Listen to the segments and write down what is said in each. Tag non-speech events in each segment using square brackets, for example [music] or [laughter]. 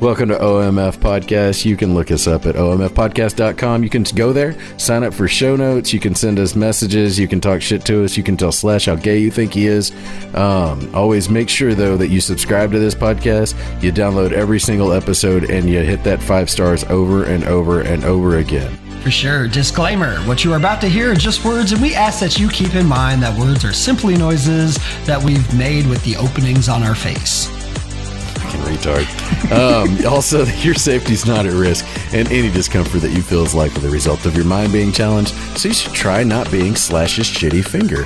Welcome to OMF Podcast. You can look us up at omfpodcast.com. You can go there, sign up for show notes. You can send us messages. You can talk shit to us. You can tell Slash how gay you think he is. Um, always make sure, though, that you subscribe to this podcast. You download every single episode and you hit that five stars over and over and over again. For sure. Disclaimer What you are about to hear are just words, and we ask that you keep in mind that words are simply noises that we've made with the openings on [laughs] our face. Fucking retard. Um, [laughs] also, your safety's not at risk, and any discomfort that you feel is likely the result of your mind being challenged, so you should try not being Slash's shitty finger.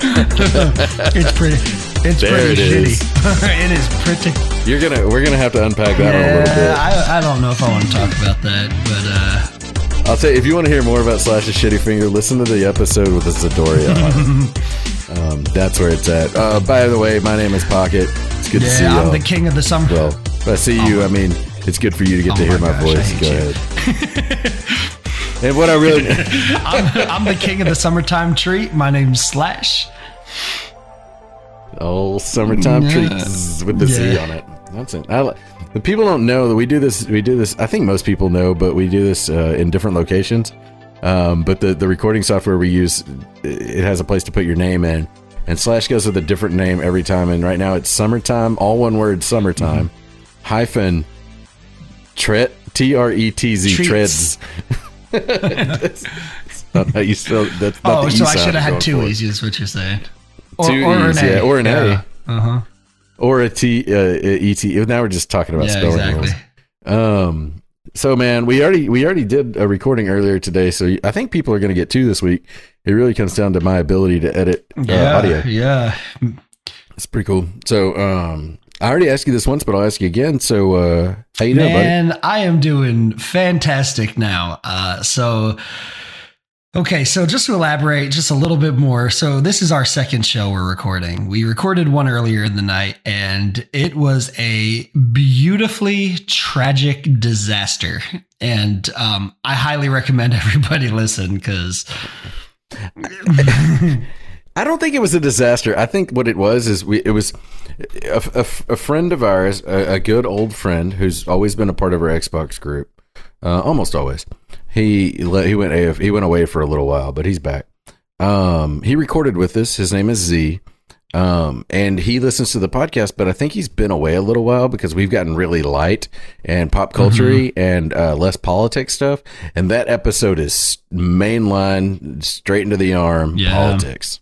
It's pretty. It's There pretty it shitty. [laughs] is. it is pretty. You're gonna, we're gonna have to unpack that one a little bit. Yeah, I, I don't know if I want to talk about that, but uh, I'll tell you, if you want to hear more about Slash's shitty finger, listen to the episode with [laughs] Zadoria on it. Um, that's where it's at. Uh, by the way, my name is Pocket. It's good to see you. yeah, I'm the king of the summer. Well, if I see you, I mean, it's good for you to get Oh to my hear my gosh, I voice. hate Go you. [laughs] ahead. and what I really, [laughs] I'm, I'm the king of the summertime treat. My name's Slash. oh, summertime Yeah. treats with the Z Yeah. on it. That's it. I, li- the people don't know that we do this. We do this. I think most people know, but we do this uh, in different locations. Um, but the, the recording software we use, it has a place to put your name in, and Slash goes with a different name every time. And right now it's summertime, all one word, summertime Mm-hmm. hyphen tret t r e t z treads. Treats. [laughs] That's not how you spell it. That's not oh, the E so I sound should have I'm had two going for. E's, is what you're saying. Two E's, yeah, or an A. Uh huh. or a t uh, e t. Now we're just talking about Yeah, spelling exactly. rules. Um. So man, we already we already did a recording earlier today, so I think people are going to get two this week. It really comes down to my ability to edit uh, Yeah, audio. yeah. It's pretty cool. So um, I already asked you this once, but I'll ask you again. So uh, how you doing, buddy? Man, I am doing fantastic now. Uh, so, okay, so just to elaborate just a little bit more. So, this is our second show we're recording. We recorded one earlier in the night, and it was a beautifully tragic disaster. And um, I highly recommend [laughs] everybody listen because I don't think it was a disaster. I think what it was is we it was a, a- a friend of ours, a, a good old friend who's always been a part of our Xbox group, uh, almost always. He le- he went AF, he went away for a little while, but he's back. Um, he recorded with us. His name is Z, um, and he listens to the podcast. But I think he's been away a little while because we've gotten really light and pop culture and uh, less politics stuff. And that episode is mainline, straight into the arm Yeah. politics.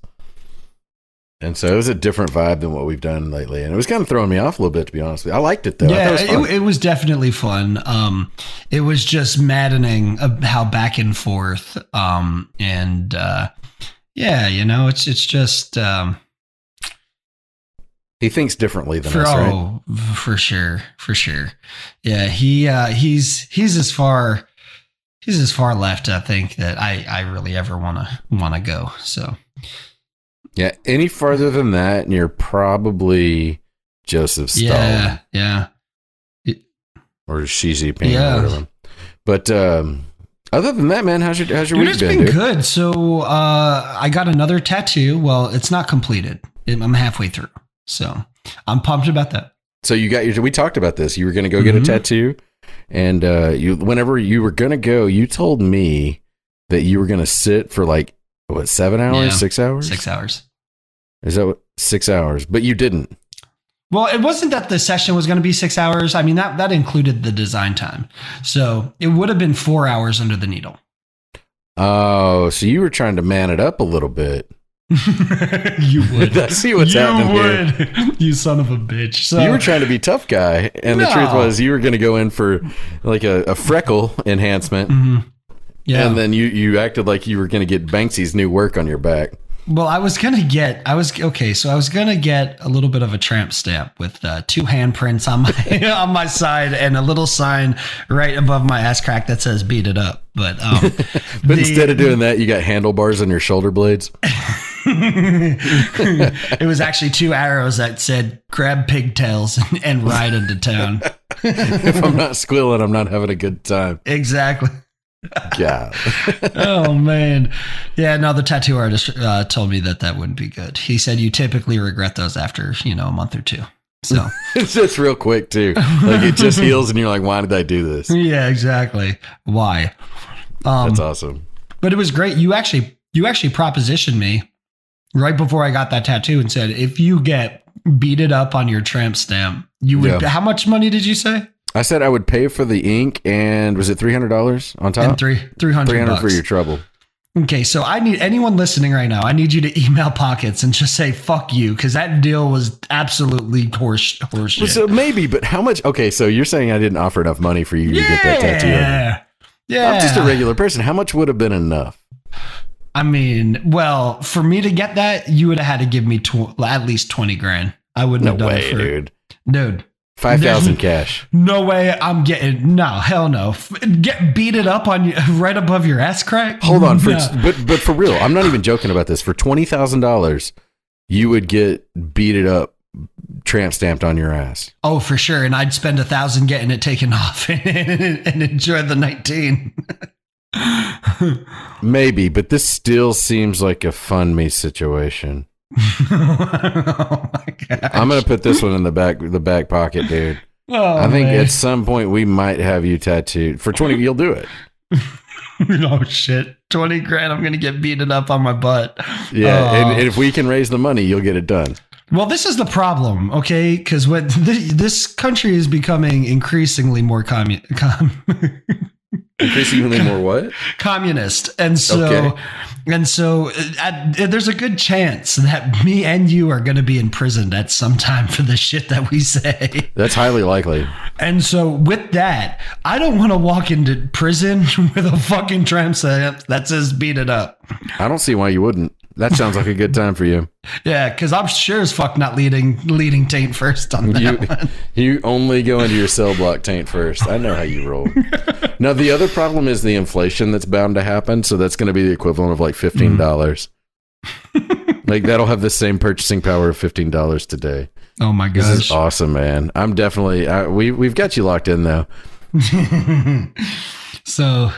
And so it was a different vibe than what we've done lately, and it was kind of throwing me off a little bit, to be honest with you. I liked it though. I thought yeah, it was fun. it, it was definitely fun. Um, it was just maddening of how back and forth. Um, and uh, yeah, you know, it's it's just um, he thinks differently than for us, right? oh for sure for sure. Yeah, he uh, he's he's as far he's as far left I think that I I really ever wanna wanna go. So Yeah, any farther than that, and you're probably Joseph Stalin yeah yeah or Xi Jinping Yeah. or whatever. But um, other than that, man, how's your how's your Dude, week it's been? been dude? good. So uh, I got another tattoo. Well, it's not completed. I'm halfway through, so I'm pumped about that. So you got your. We talked about this. You were going to go get a Mhm. tattoo, and uh, you whenever you were going to go, you told me that you were going to sit for like what seven hours, Yeah. six hours, Six hours. Is that what six hours? But you didn't. Well, it wasn't that the session was going to be six hours. I mean that that included the design time, so it would have been four hours under the needle. [laughs] Oh, so you were trying to man it up a little bit. you [laughs] would. I see what's you happening here. would. [laughs] You son of a bitch. So you were trying to be tough guy, and the truth No. was you were going to go in for like a, a freckle enhancement, Mhm. Yeah. and then you you acted like you were going to get Banksy's new work on your back. Well, I was gonna get. I was okay. So I was gonna get a little bit of a tramp stamp with uh, two handprints on my [laughs] on my side and a little sign right above my ass crack that says "Beat it up." But um, [laughs] But the- instead of doing that, you got handlebars on your shoulder [laughs] blades. [laughs] it was actually two arrows that said "Grab pigtails and, and ride into town." if I'm not squealing, I'm not having a good time. exactly. Yeah. [laughs] oh man, yeah. No, the tattoo artist uh, told me that that wouldn't be good. He said you typically regret those after you know a month or two. [laughs] So It's just real quick too. Like it just heals and you're like, why did I do this? yeah, exactly. Why? Um, That's awesome. but it was great. You actually you actually propositioned me right before I got that tattoo and said if you get beaded up on your tramp stamp, you would. Yeah. How much money did you say? I said I would pay for the ink and was it three hundred dollars on And top? three three Three hundred hundred for bucks. your trouble. Okay, so I need anyone listening right now. I need you to email pockets and just say "fuck you" because that deal was absolutely horse horseshit. So maybe, but how much okay, so you're saying I didn't offer enough money for you to get that tattoo. Yeah. Yeah. I'm just a regular person. How much would have been enough? I mean, well, for me to get that, you would have had to give me tw- at least 20 grand. I wouldn't No have done way, it for dude. dude. Five [laughs] thousand cash. No way I'm getting no, hell no. F- get beated up on [laughs] you right above your ass crack. Hold on, for, No. but but for real, I'm not even joking about this. For twenty thousand dollars, you would get beat it up, tramp stamped on your ass. Oh, for sure. And I'd spend a thousand getting it taken [laughs] off and, enjoy the 19. [laughs] Maybe, but this still seems like a fund me situation. oh my god. I'm gonna put this one in the back the back pocket, dude. [laughs] Oh, I think man. at some point we might have you tattooed for twenty. You'll do it. [laughs] oh shit. 20 grand, I'm gonna get beaten up on my butt. Yeah, Oh. and, and if we can raise the money, you'll get it done. Well, this is the problem, okay? Because what th- this country is becoming increasingly more commun- com- [laughs] Increasingly more what? communist, and so Okay. and so uh, at, uh, there's a good chance that me and you are going to be imprisoned at some time for the shit that we say. That's highly likely. And so with that, I don't want to walk into prison [laughs] with a fucking tramp stamp that says "beat it up." I don't see why you wouldn't. That sounds like a good time for you. Yeah, because I'm sure as fuck not leading leading taint first on that [laughs] You, one. you only go into your cell block taint first. I know how you [laughs] roll. now the other problem is the inflation that's bound to happen. So that's going to be the equivalent of like Mm-hmm. fifteen [laughs] dollars. like that'll have the same purchasing power of fifteen dollars today. Oh my gosh. This is awesome, man. I'm definitely I, we we've got you locked in though. so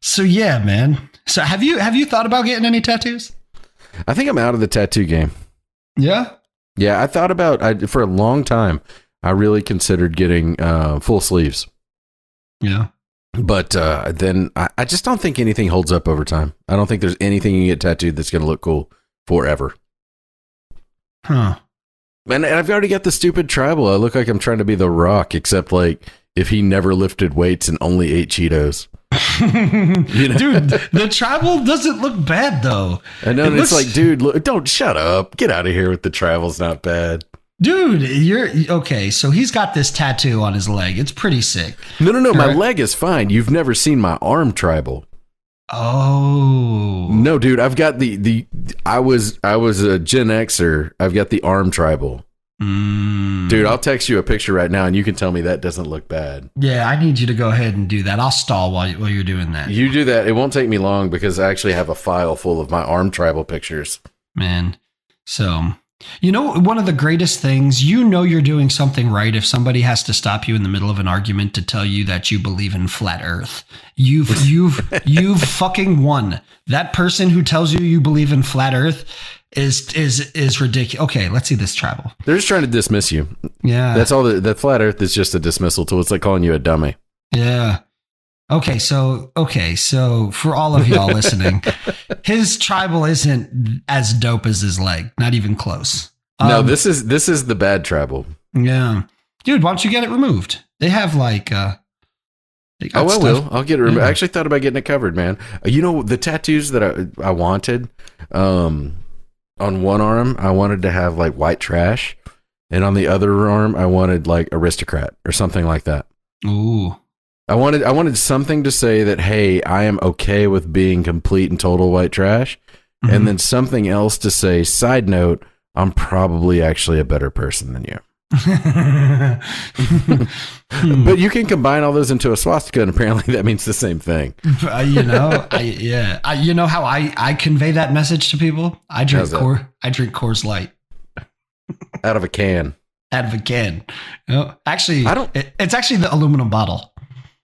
so yeah man so have you have you thought about getting any tattoos I think I'm out of the tattoo game. yeah Yeah, I thought about I for a long time. I really considered getting uh, full sleeves, yeah but uh, then I, I just don't think anything holds up over time. I don't think there's anything you get tattooed that's going to look cool forever. huh And and I've already got the stupid tribal. I look like I'm trying to be the Rock, except like if he never lifted weights and only ate Cheetos. dude the travel doesn't look bad though And then It it's looks- like, dude, look, don't shut up. Get out of here with the travel's not bad. dude you're okay so he's got this tattoo on his leg it's pretty sick No, no, no. My Correct. leg is fine. You've never seen my arm tribal. oh No, dude, I've got the the I was I was a Gen Xer. I've got the arm tribal. Mm. Dude, I'll text you a picture right now and you can tell me that doesn't look bad. yeah i need you to go ahead and do that i'll stall while, you, while you're doing that You do that, it won't take me long because I actually have a file full of my arm tribal pictures. man. So, you know, one of the greatest things, you know, you're doing something right if somebody has to stop you in the middle of an argument to tell you that you believe in flat Earth. [laughs] You've you've you've fucking won. That person who tells you you believe in flat Earth is is is ridiculous. Okay, let's see this tribal. They're just trying to dismiss you. Yeah, That's all the, the flat earth is just a dismissal tool. It's like calling you a dummy. yeah. Okay, so okay, so for all of [laughs] y'all listening, his tribal isn't as dope as his leg. Not even close. no, Um, this is this is the bad tribal. Yeah. Dude, why don't you get it removed? They have like uh they got Oh, I stuff- will. I'll get it. rem- Yeah. I actually thought about getting it covered, man. Uh, You know the tattoos that I I wanted. Um, on one arm I wanted to have like white trash, and on the other arm I wanted like aristocrat or something like that. Ooh. I wanted I wanted something to say that hey I am okay with being complete and total white trash, Mhm. and [laughs] then something else to say. Side note: I'm probably actually a better person than you. Hmm. But you can combine all those into a swastika, and apparently [laughs] that means the same thing. Uh, you know, I yeah. I, you know how I I convey that message to people? I drink How's that? Coor I drink Coors Light. Out of a can. out of a can. No, actually, I don't- it- it's actually the aluminum bottle.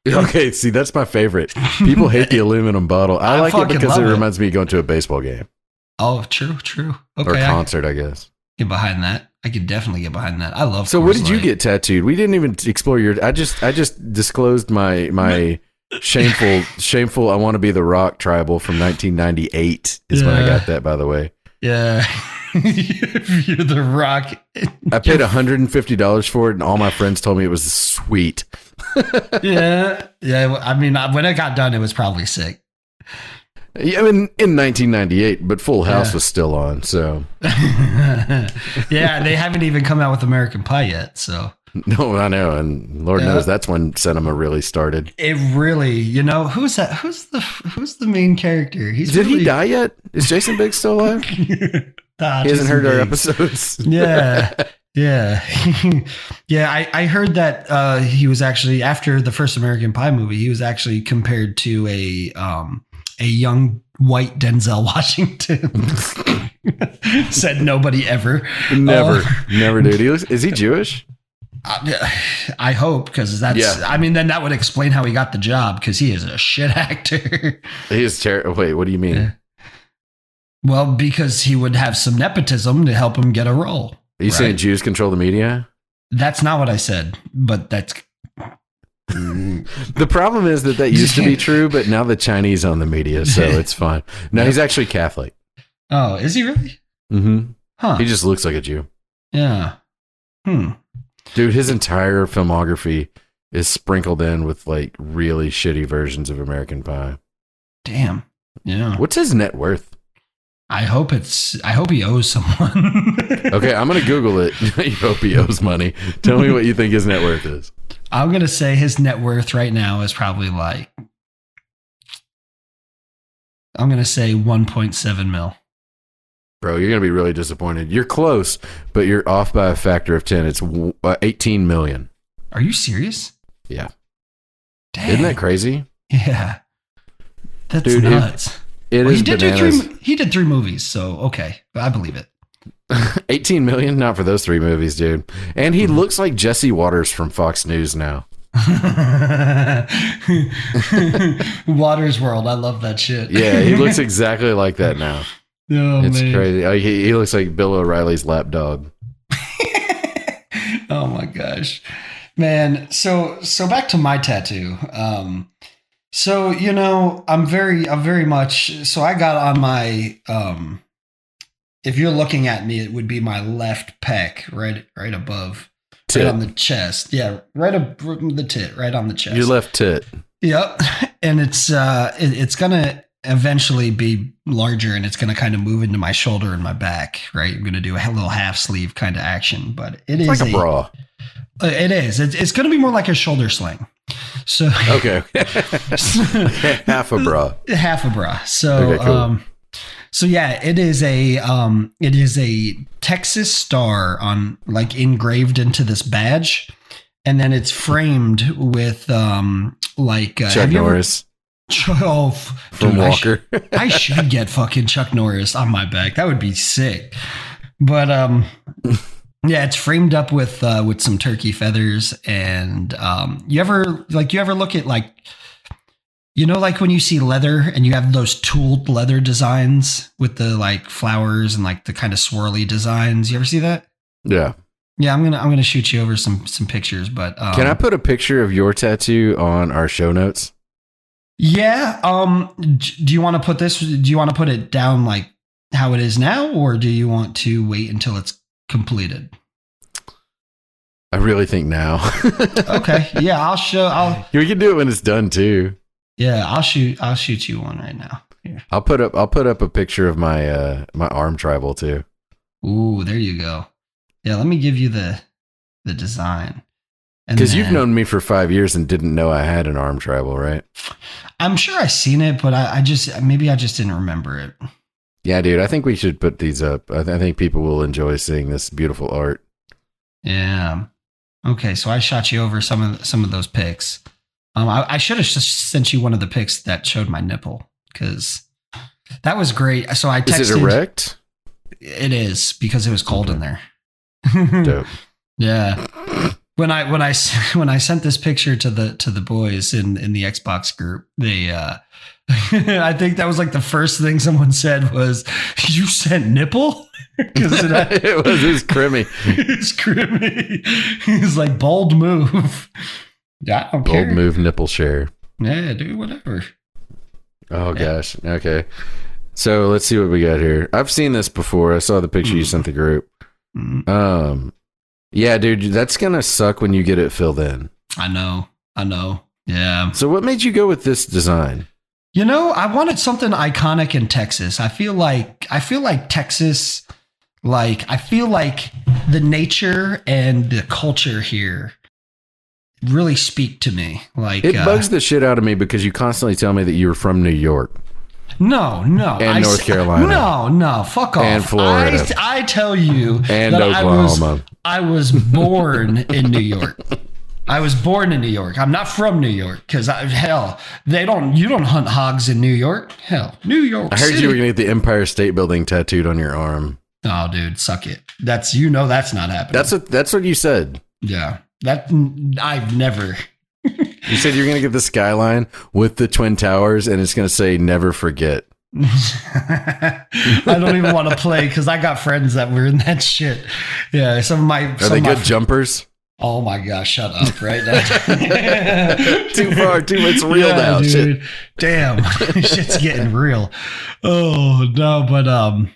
Okay, see, that's my favorite. People hate the aluminum bottle. I, I like it fucking because love it it. reminds me of going to a baseball game [laughs] Oh, true, true. Okay, or I can concert, I guess. get behind that. I could definitely get behind that. I love. So, what Coors did you Light. get tattooed? We didn't even explore your. I just, I just disclosed my my shameful, shameful. I want to be the Rock tribal from 1998 is when I Yeah. got that. By the way, Yeah, If [laughs] you're the rock. [laughs] I paid 150 dollars for it, and all my friends told me it was sweet. yeah, yeah. I mean, I- when it got done, it was probably sick. [laughs] Yeah, I mean, in 1998, but Full House Yeah. was still on. So, [laughs] yeah, they haven't even come out with American Pie yet, so no, I know, and Lord Yeah. knows that's when cinema really started. it really, you know, who's that? Who's the who's the main character? He's Did really- he [laughs] die yet? Is Jason Biggs still alive? he Ah, hasn't Jason heard our Biggs. episodes. [laughs] yeah yeah [laughs] yeah I, I heard that uh he was actually after the first american pie movie he was actually compared to a um a young white denzel [laughs] washington [laughs] said nobody ever never, Uh, never, dude. He looks, is he Jewish? i, [sighs] I hope because that's Yeah. i mean then that would explain how he got the job because he is a shit [laughs] actor He is terrible. Wait, what do you mean? Yeah. well because he would have some nepotism to help him get a role Are you saying Right. Jews control the media? that's not what i said but that's Mm. The problem is that that used to [laughs] be true, but now the Chinese own the media, [laughs] so it's fine. No, he's actually Catholic. oh is he really hmm huh He just looks like a Jew, Yeah. Hmm. dude. His entire filmography is sprinkled in with like really shitty versions of American Pie. Damn. Yeah. What's his net worth? I hope it's. I hope he owes someone. [laughs] Okay, I'm gonna Google it. [laughs] you hope he owes money. Tell me what you think his net worth is. I'm gonna say his net worth right now is probably like. I'm gonna say 1.7 mil. Bro, you're going to be really disappointed. You're close, but you're off by a factor of 10. It's w- uh, 18 million. Are you serious? Yeah. Dang. Isn't that crazy? Yeah. That's Dude, it- nuts. It Well, is he did bananas. do three. He did three movies, so okay, I believe it. [laughs] 18 million? Not for those three movies, dude. And Mm-hmm. he looks like Jesse Waters from Fox News now. Waters World. I love that shit. Yeah, he [laughs] looks exactly like that now. Oh, it's man. crazy. Uh, He, he looks like Bill O'Reilly's lapdog. [laughs] oh my gosh man so so back to my tattoo um so you know i'm very i'm very much so i got on my um if you're looking at me it would be my left pec right right above Tit. right on the chest yeah right up the tit right on the chest Your left tit. Yep, [laughs] and it's uh, it, it's gonna eventually be larger, and it's gonna kind of move into my shoulder and my back. Right, I'm gonna do a little half sleeve kind of action, but it is It's like a bra. uh, It is. It's, it's gonna be more like a shoulder sling. So Okay. [laughs] [laughs] Half a bra. half a bra. So Okay, cool. um so yeah, it is a um it is a Texas star on like engraved into this badge and then it's framed with um like uh, Chuck have you ever- Norris [laughs] Oh, f- from dude, I sh- Walker. I should get fucking Chuck Norris on my back. That would be sick. But um yeah, it's framed up with uh with some turkey feathers and um you ever like you ever look at like you know like when you see leather and you have those tooled leather designs with the like flowers and like the kind of swirly designs. You ever see that? [laughs] yeah. Yeah, I'm going to I'm going to shoot you over some some pictures, but um Can I put a picture of your tattoo on our show notes? Yeah. Um. d- Do you want to put this? Do you want to put it down like how it is now, or do you want to wait until it's completed? I really think now. [laughs] Okay. yeah. I'll show. I'll. we can do it when it's done too. Yeah. I'll shoot. I'll shoot you one right now. Here. I'll put up I'll put up a picture of my uh my arm tribal too. Ooh. There you go. Yeah. Let me give you the the design. And Because you've then- known me for five years and didn't know I had an arm tribal, right? I'm sure I've seen it, but I, I just maybe I just didn't remember it. Yeah, dude. I think we should put these up. I, th- I think people will enjoy seeing this beautiful art. Yeah. Okay, so I shot you over some of some of those pics. Um, I, I should have just sent you one of the pics that showed my nipple because that was great. So I texted. Is it erect? It is because it was cold in there. Dope. [laughs] Yeah. When I when I [laughs] when I sent this picture to the to the boys in in the Xbox group, they uh [laughs] I think that was like the first thing someone said was you sent nipple [laughs] because it, [laughs] it was, it was [laughs] crimmy. it's creepy. It's like bold move. Yeah, I don't Bold care. move nipple share. Yeah, do whatever. Oh Yeah. gosh. Okay. So let's see what we got here. I've seen this before. I saw the picture you Mm. sent the group. Mm, Um Yeah, dude, that's gonna suck when you get it filled in. I know. I know. Yeah. So what made you go with this design? You know, I wanted something iconic in Texas. I feel like I feel like Texas like I feel like the nature and the culture here really speak to me. Like It uh, bugs the shit out of me because you constantly tell me that you were from New York. No, no. And North s- Carolina. No, no. Fuck off. And Florida. I, I tell you And that Oklahoma. I was, I was born in New York. I was born in New York. I'm not from New York because hell, they don't. You don't hunt hogs in New York. Hell, New York. I heard City. you were gonna get the Empire State Building tattooed on your arm. Oh, dude, suck it. That's you know that's not happening. That's what that's what you said. yeah. That I've never. [laughs] You said you're gonna get the skyline with the twin towers and it's gonna say never forget. I don't even want to play because I got friends that were in that shit. Yeah, some of my. Are some they of my good jumpers? Oh my gosh, shut up right now. [laughs] Too far, too much reeled out. Shit. Damn. [laughs] Shit's getting real. Oh no, but um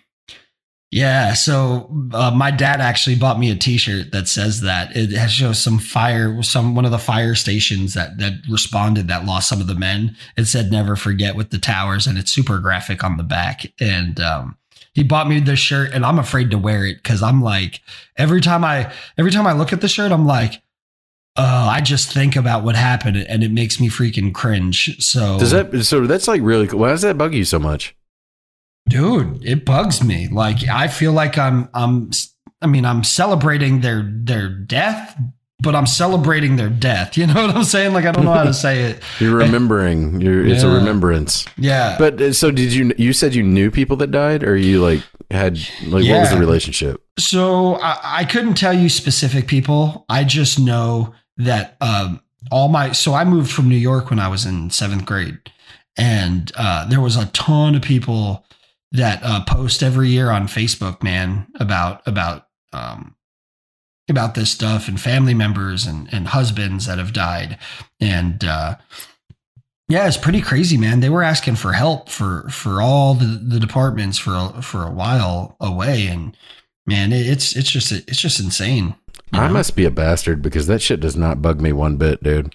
yeah, so uh, my dad actually bought me a T-shirt that says that it has shows some fire, some one of the fire stations that that responded that lost some of the men. It said "Never forget" with the towers, and it's super graphic on the back. And um, he bought me this shirt, and I'm afraid to wear it because I'm like, every time I every time I look at the shirt, I'm like, oh, I just think about what happened, and it makes me freaking cringe. So Does that so that's like really cool. Why does that bug you so much? dude it bugs me like i feel like i'm i'm i mean i'm celebrating their their death but i'm celebrating their death [laughs] you know what i'm saying like i don't know [laughs] how to say it You're remembering. You're, It's a Eh. Yeah. remembrance. yeah But uh, so did you? You said you knew people that died, or you like had like what was the Yeah. relationship? So I, I couldn't tell you specific people. I just know that um, all my so I moved from New York when I was in seventh grade, and uh, there was a ton of people that uh, post every year on Facebook, man, about about um, about this stuff and family members and and husbands that have died, and uh, yeah, it's pretty crazy, man. They were asking for help for for all the, the departments for a, for a while away, and man, it, it's it's just it's just insane. you I know? must be a bastard because that shit does not bug me one bit, dude.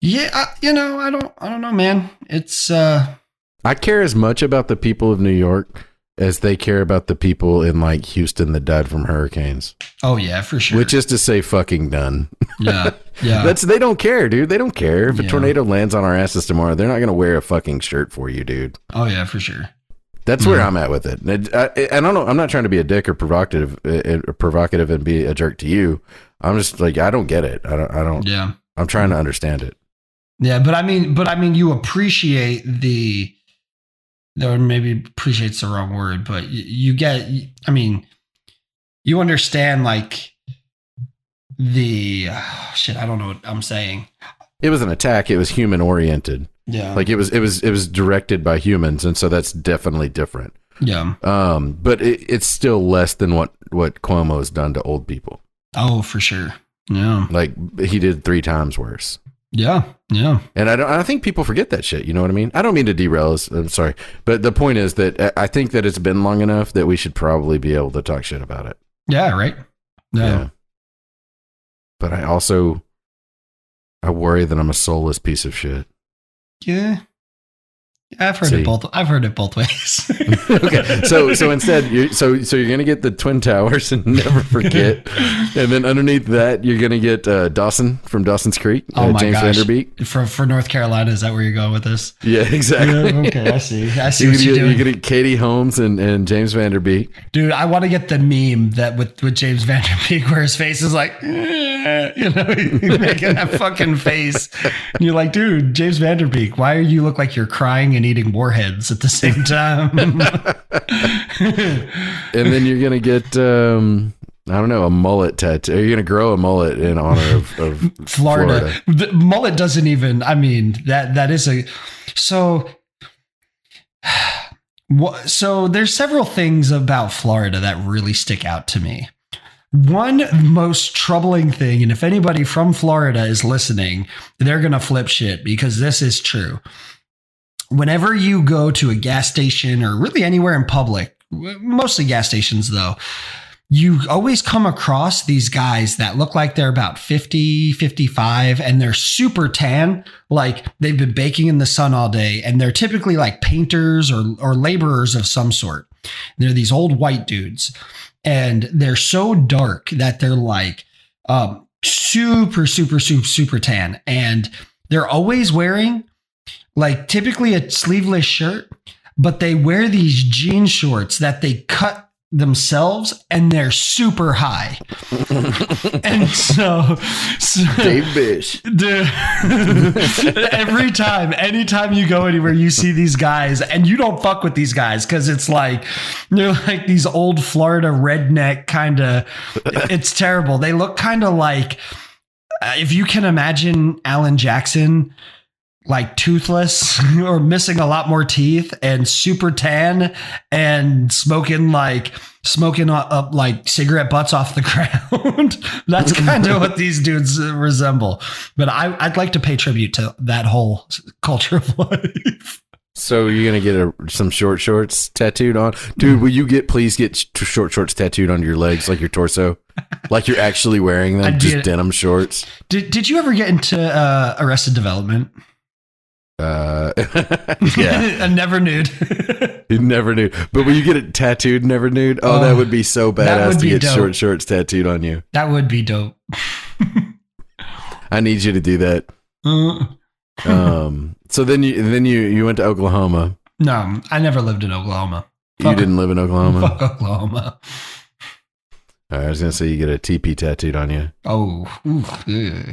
yeah, I, you know, I don't I don't know, man. It's uh, I care as much about the people of New York as they care about the people in like Houston that died from hurricanes, oh yeah, for sure. which is to say, fucking done. yeah, yeah, [laughs] That's they don't care, dude. They don't care if a Yeah. tornado lands on our asses tomorrow. They're not gonna wear a fucking shirt for you, dude. oh yeah, for sure. That's where Mm-hmm. I'm at with it. And I, I- I don't know. I'm not trying to be a dick or provocative, uh, uh, provocative, and be a jerk to you. I'm just like I don't get it. I don't. I don't. Yeah, I'm trying to understand it. yeah, but I mean, but I mean, you appreciate the. Or maybe appreciates the wrong word, but you, you get. I mean, you understand like the [sighs] shit. I don't know what I'm saying. It was an attack. It was human oriented. Yeah, Like it was. It was. It was directed by humans, and so that's definitely different. yeah. Um, but it, it's still less than what what Cuomo has done to old people. Oh, for sure. Yeah, Like he did three times worse. yeah, yeah. And I don't. I think people forget that shit. You know what I mean? I don't mean to derail us. I'm sorry, but the point is that uh, I- I think that it's been long enough that we should probably be able to talk shit about it. Yeah, right. No. Yeah. But I also I worry that I'm a soulless piece of shit. Yeah. I've heard See. it both I've heard it both ways. [laughs] [laughs] okay. So so instead you so so you're going to get the Twin Towers and [laughs] never forget. and then underneath that you're going to get uh, Dawson from Dawson's Creek, [laughs] Oh uh, my James gosh. Vanderbeek. for for North Carolina, is that where you're going with this? Yeah, [laughs] exactly. okay, I see. [laughs] I see You're gonna, what you're get, you're doing. gonna get Katie Holmes and, and James Vanderbeek. Dude, I want to get the meme that with, with James Vanderbeek [laughs] where his face is like, "Eh," you know, [laughs] he's making that fucking face. And you're like, dude, James Vanderbeek, why you look like you're crying and eating warheads at the same time? And then you're gonna get um I don't know, a mullet tattoo. Are you going to grow a mullet in honor of, of [laughs] Florida. Florida? The mullet doesn't even. I mean that that is a so. [sighs] wha- So there's several things about Florida that really stick out to me. One most troubling thing, and if anybody from Florida is listening, they're gonna flip shit because this is true. Whenever you go to a gas station or really anywhere in public, w- mostly gas stations though, you always come across these guys that look like they're about 50, 55, and they're super tan. Like they've been baking in the sun all day, and they're typically like painters or, or laborers of some sort. They're these old white dudes, and they're so dark that they're like um, super, super, super, super tan. And they're always wearing like typically a sleeveless shirt, but they wear these jean shorts that they cut themselves and they're super high. and so, so Dave Bish. Dude, [laughs] every time, anytime you go anywhere, you see these guys, and you don't fuck with these guys because it's like they're like these old Florida redneck kind of. It's terrible. They look kind of like uh, if you can imagine Alan Jackson, like toothless [laughs] or missing a lot more teeth and super tan and smoking like smoking up, up like cigarette butts off the [laughs] ground. That's kind of what these dudes uh, resemble. But I, I'd like to pay tribute to that whole s- culture of [laughs] life. So you're gonna get a, some short shorts tattooed on, dude. Hmm. Will you get please get sh- short shorts tattooed onto your legs, like your torso, like you're actually wearing [laughs] I them, just did. denim shorts. Did, did you ever get into uh, Arrested Development? Uh, [laughs] yeah, A [laughs] never nude. you never knew. But will you get it tattooed, never nude? Oh, that Oh, would be so [sighs] that badass would to be get dope. short shorts tattooed on you. that would be dope. I need you to do that. Uh, [laughs] Um, so then you then you you went to Oklahoma. no, I never lived in Oklahoma. You Fuck. didn't live in Oklahoma. Fuck Oklahoma. I was gonna say you get a TP tattooed on you. Oh, oof, ugh.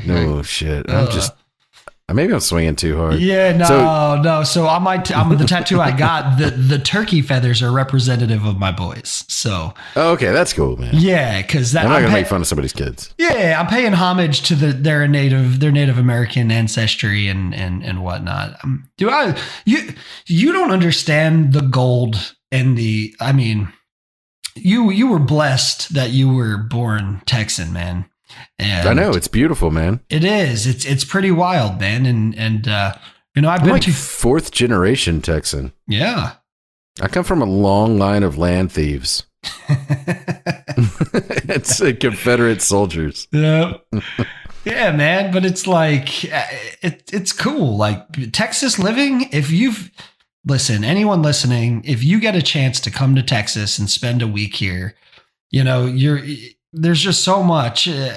No shit. I'm Ugh. just uh, maybe I'm swinging too hard. Uh, Yeah, no, So- no. So on my, t- on the tattoo I got, the the turkey feathers are representative of my boys. So Oh, okay, that's cool, man. yeah, because that I'm not I'm gonna pay- make fun of somebody's kids. yeah, I'm paying homage to the their native their Native American ancestry and and and whatnot. Um, do I you you don't understand the gold and the I mean, you you were blessed that you were born Texan, man. And I know it's beautiful, man. it is. It's it's pretty wild, man. And and uh, you know I've I'm been like to fourth generation Texan. yeah. [laughs] I come from a long line of land thieves. [laughs] it's uh, Confederate soldiers. yeah. yeah, man. But it's like uh, it, it's cool. Like Texas living. If you've listen, anyone listening, if you get a chance to come to Texas and spend a week here, you know you're there's just so much. Uh,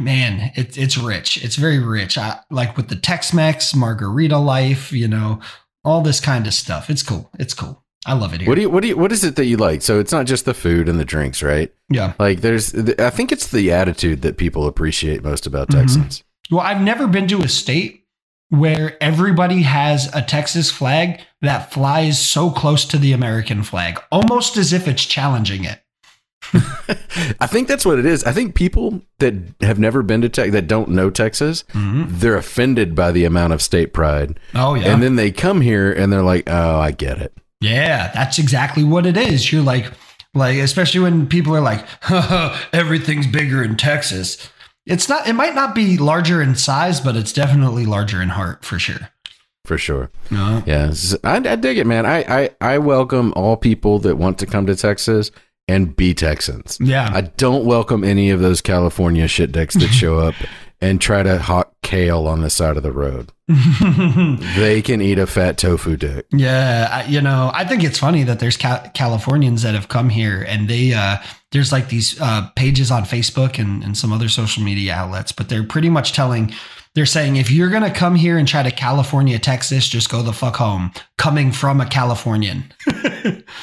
man, it's it's rich. It's very rich. I, like with the Tex-Mex, margarita life. You know, all this kind of stuff. It's cool. It's cool. I love it here. What do you? What do you? What is it that you like? So it's not just the food and the drinks, right? yeah. Like there's, I think it's the attitude that people appreciate most about Mhm. Texans. Well, I've never been to a state where everybody has a Texas flag that flies so close to the American flag, almost as if it's challenging it. I think that's what it is. I think people that have never been to Texas, that don't know Texas, they're offended by the amount of state pride, Oh, Mm-hmm. yeah. and then they come here and they're like, "Oh, I get it." yeah, that's exactly what it is. You're like, like, especially when people are like, [laughs] everything's bigger in Texas. It's not, it might not be larger in size, but it's definitely larger in heart for sure. For sure. No. Yeah, s- I, I dig it, man. I, I, I welcome all people that want to come to Texas and be Texans. Yeah. I don't welcome any of those California shit decks that show up and try to hawk kale on the side of the road. [laughs] They can eat a fat tofu dick. Yeah, I, you know, I think it's funny that there's Ca- Californians that have come here and they uh there's like these uh pages on Facebook and and some other social media outlets, but they're pretty much telling they're saying if you're going to come here and try to California Texas, just go the fuck home coming from a Californian.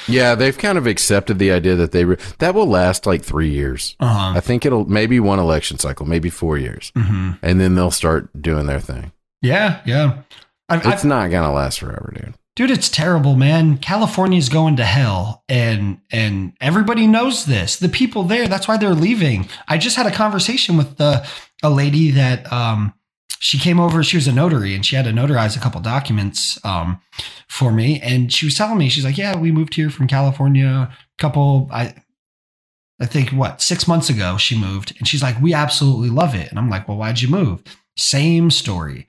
Yeah, they've kind of accepted the idea that they re- that will last like three years. Uh-huh. I think it'll maybe one election cycle, maybe four years, hmm and then they'll start doing their thing. Yeah, yeah. I, I, It's not gonna last forever, dude. dude, it's terrible, man. California's going to hell, and and everybody knows this. The people there, that's why they're leaving. I just had a conversation with uh, a lady that um, she came over. She was a notary, and she had to notarize a couple documents um, for me. And she was telling me, she's like, "Yeah, we moved here from California. A couple, I, I think what six months ago she moved, and she's like, we absolutely love it. And I'm like, well, why'd you move? Same story."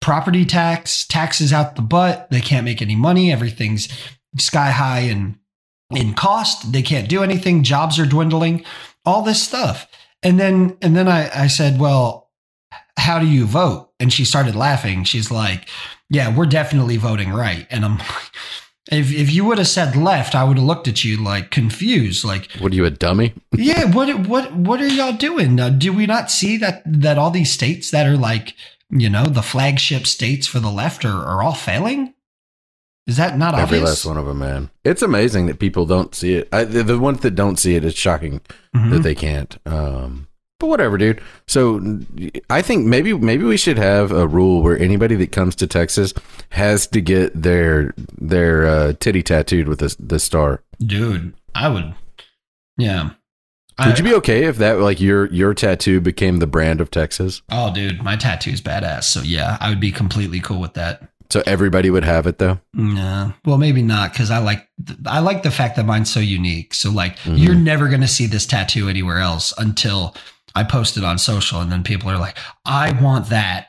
property tax taxes out the butt they can't make any money everything's sky high in in cost they can't do anything jobs are dwindling all this stuff and then and then i i said well how do you vote and she started laughing she's like yeah we're definitely voting right and i'm [laughs] like if, if you would have said left, I would have looked at you like confused, like What are you, a dummy? yeah, what what what are y'all doing? Uh, do we not see that that all these states that are like you know the flagship states for the left are, are all failing? Is that not Every last obvious? one of them, man. It's amazing that people don't see it. I, the, the ones that don't see it, it's shocking Mhm. that they can't. Um, but whatever, dude. So I think maybe maybe we should have a rule where anybody that comes to Texas has to get their their uh, titty tattooed with the the star. Dude, I would. Yeah. I- Would you be okay if that like your your tattoo became the brand of Texas? oh, dude, my tattoo's badass. So yeah, I would be completely cool with that. So everybody would have it though. Nah. Well, maybe not because I like th- I like the fact that mine's so unique. So like, Mhm. you're never gonna see this tattoo anywhere else until I post it on social, and then people are like, "I want that."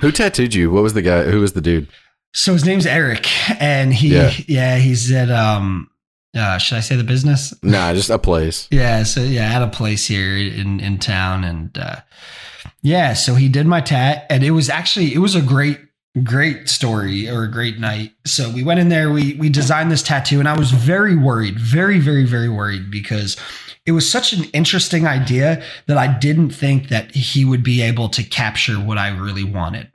Who tattooed you? What was the guy? Who was the dude? So his name's Eric, and he yeah, Yeah. he's at um uh should I say the business? Nah, just a [laughs] place. Yeah, so yeah, at a place here in in town and uh yeah, so he did my tat and it was actually it was a great great story or a great night. So we went in there, we we designed this tattoo and I was very worried, very very very worried because it was such an interesting idea that I didn't think that he would be able to capture what I really wanted.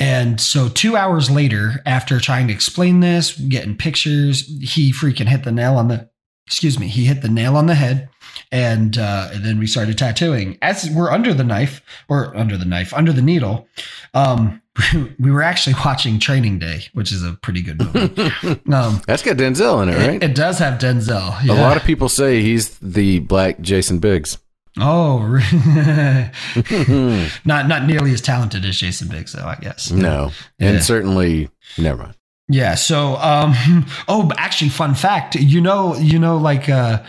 And so, two hours later, after trying to explain this, getting pictures, he freaking hit the nail on the excuse me, he hit the nail on the head. And, uh, and then we started tattooing. As we're under the knife, or under the knife, under the needle, um, [laughs] we were actually watching Training Day, which is a pretty good [laughs] movie. That's Um, got Denzel in it, right? it, it does have Denzel. A yeah. lot of people say he's the black Jason Biggs. [laughs] Oh, re- no. Oh, [laughs] not not nearly as talented as Jason Biggs, though. I guess. Yeah. And certainly, never mind. Yeah. So, um, [laughs] oh, actually, fun fact. You know, you know, like, uh,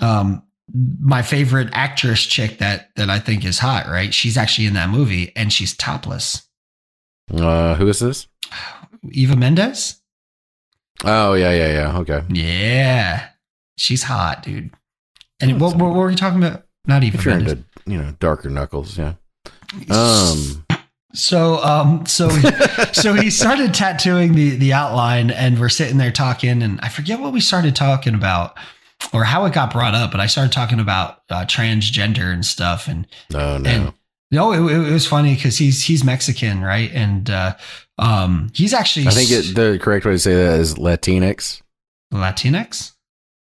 um, my favorite actress chick that that I think is hot, right? She's actually in that movie, and she's topless. Uh, who is this? Eva Mendes. Oh, yeah, yeah, yeah. Okay. Yeah, she's hot, dude. And what, what, what were we talking about? Not Eva If you're Mendes. into, you know, darker knuckles, yeah. Um, So, um, so, [laughs] so he started tattooing the the outline, and we're sitting there talking, and I forget what we started talking about or how it got brought up, but I started talking about uh, transgender and stuff, and no, no. and no, it, it was funny because he's he's Mexican, right? And uh, um, he's actually I think it, the correct way to say that is Latinx. Latinx.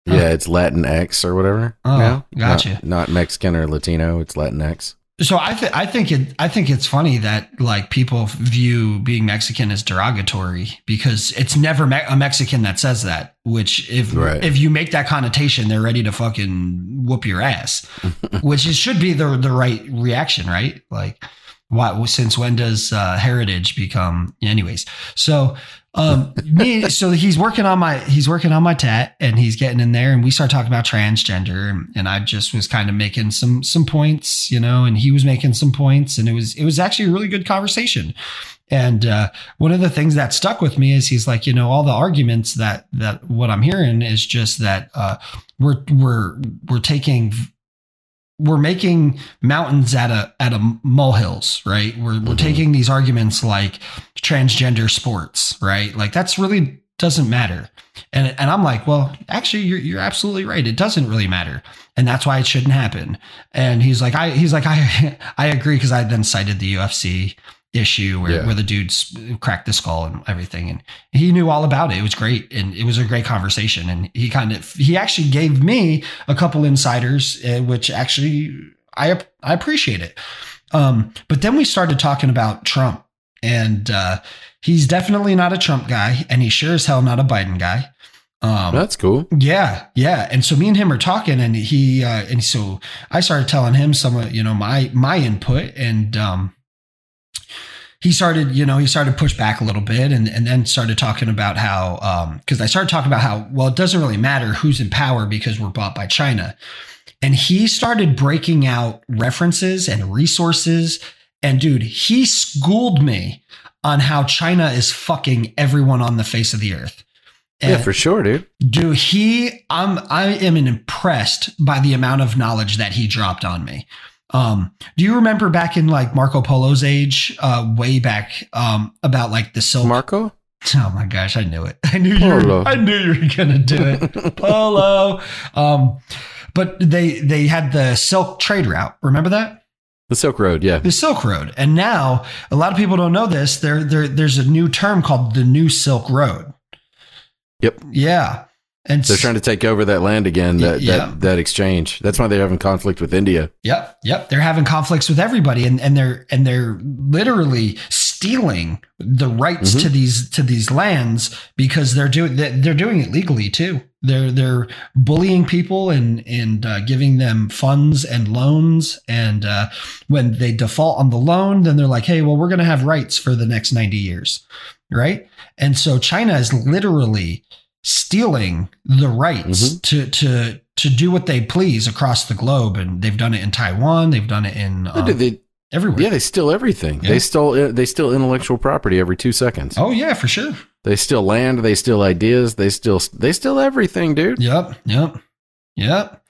Oh. Yeah, it's Latin X or whatever. Oh, now. gotcha. Not, not Mexican or Latino. It's Latinx. So I th- I think it I think it's funny that like people view being Mexican as derogatory because it's never me- a Mexican that says that. Which if Right. if you make that connotation, they're ready to fucking whoop your ass, [laughs] which is, should be the the right reaction, right? Like, why? Since when does uh, heritage become? Anyways, so um me so he's working on my he's working on my tat and he's getting in there and we start talking about transgender and, and i just was kind of making some some points you know and he was making some points and it was it was actually a really good conversation and uh one of the things that stuck with me is he's like you know all the arguments that that what i'm hearing is just that uh we're we're we're taking we're making mountains out of out of molehills, right? We're we're Mhm. taking these arguments like transgender sports, right? Like that's really doesn't matter. And and I'm like, well, actually, you're you're absolutely right. It doesn't really matter, and that's why it shouldn't happen. And he's like, I he's like, I [laughs] I agree because I then cited the UFC issue where, Yeah. where the dudes cracked the skull and everything and he knew all about it it was great and it was a great conversation and he kind of he actually gave me a couple insiders, uh, which actually I I appreciate it. Um, but then we started talking about Trump and uh, he's definitely not a Trump guy, and he sure as hell not a Biden guy. Um, That's cool. yeah, yeah. And so me and him are talking, and he uh, and so I started telling him some of you know my my input, and um, he started you know he started to push back a little bit, and and then started talking about how because I started talking about how well it doesn't really matter who's in power because we're bought by China, and he started breaking out references and resources, and dude, he schooled me on how China is fucking everyone on the face of the earth. Yeah, And- for sure, dude. do he i'm i am impressed by the amount of knowledge that he dropped on me um do you remember back in like marco polo's age uh way back um about like the silk Marco? oh my gosh i knew it [laughs] i knew you Polo. were, i knew you were gonna [laughs] do it polo um but they they had the silk trade route remember that The Silk Road, yeah. the Silk Road. And now a lot of people don't know this. There, there there's a new term called the New Silk Road. Yep. Yeah. And They're trying to take over that land again, that, Yeah. that, that exchange. That's why they're having conflict with India. Yep, yep. They're having conflicts with everybody, and, and they're and they're literally stealing the rights Mhm. to these to these lands because they're doing they- they're doing it legally too. They're they're bullying people and and uh, giving them funds and loans, and uh, when they default on the loan, then they're like, hey, well, we're going to have rights for the next ninety years, right? And so China is literally stealing the rights Mhm. to to to do what they please across the globe, and they've done it in Taiwan, they've done it in um, They- they- everywhere. yeah, they steal everything. Yeah. They stole uh, they steal intellectual property every two seconds. oh yeah, for sure. They steal land. They steal ideas. They steal they steal everything, dude. Yep, yep, yep.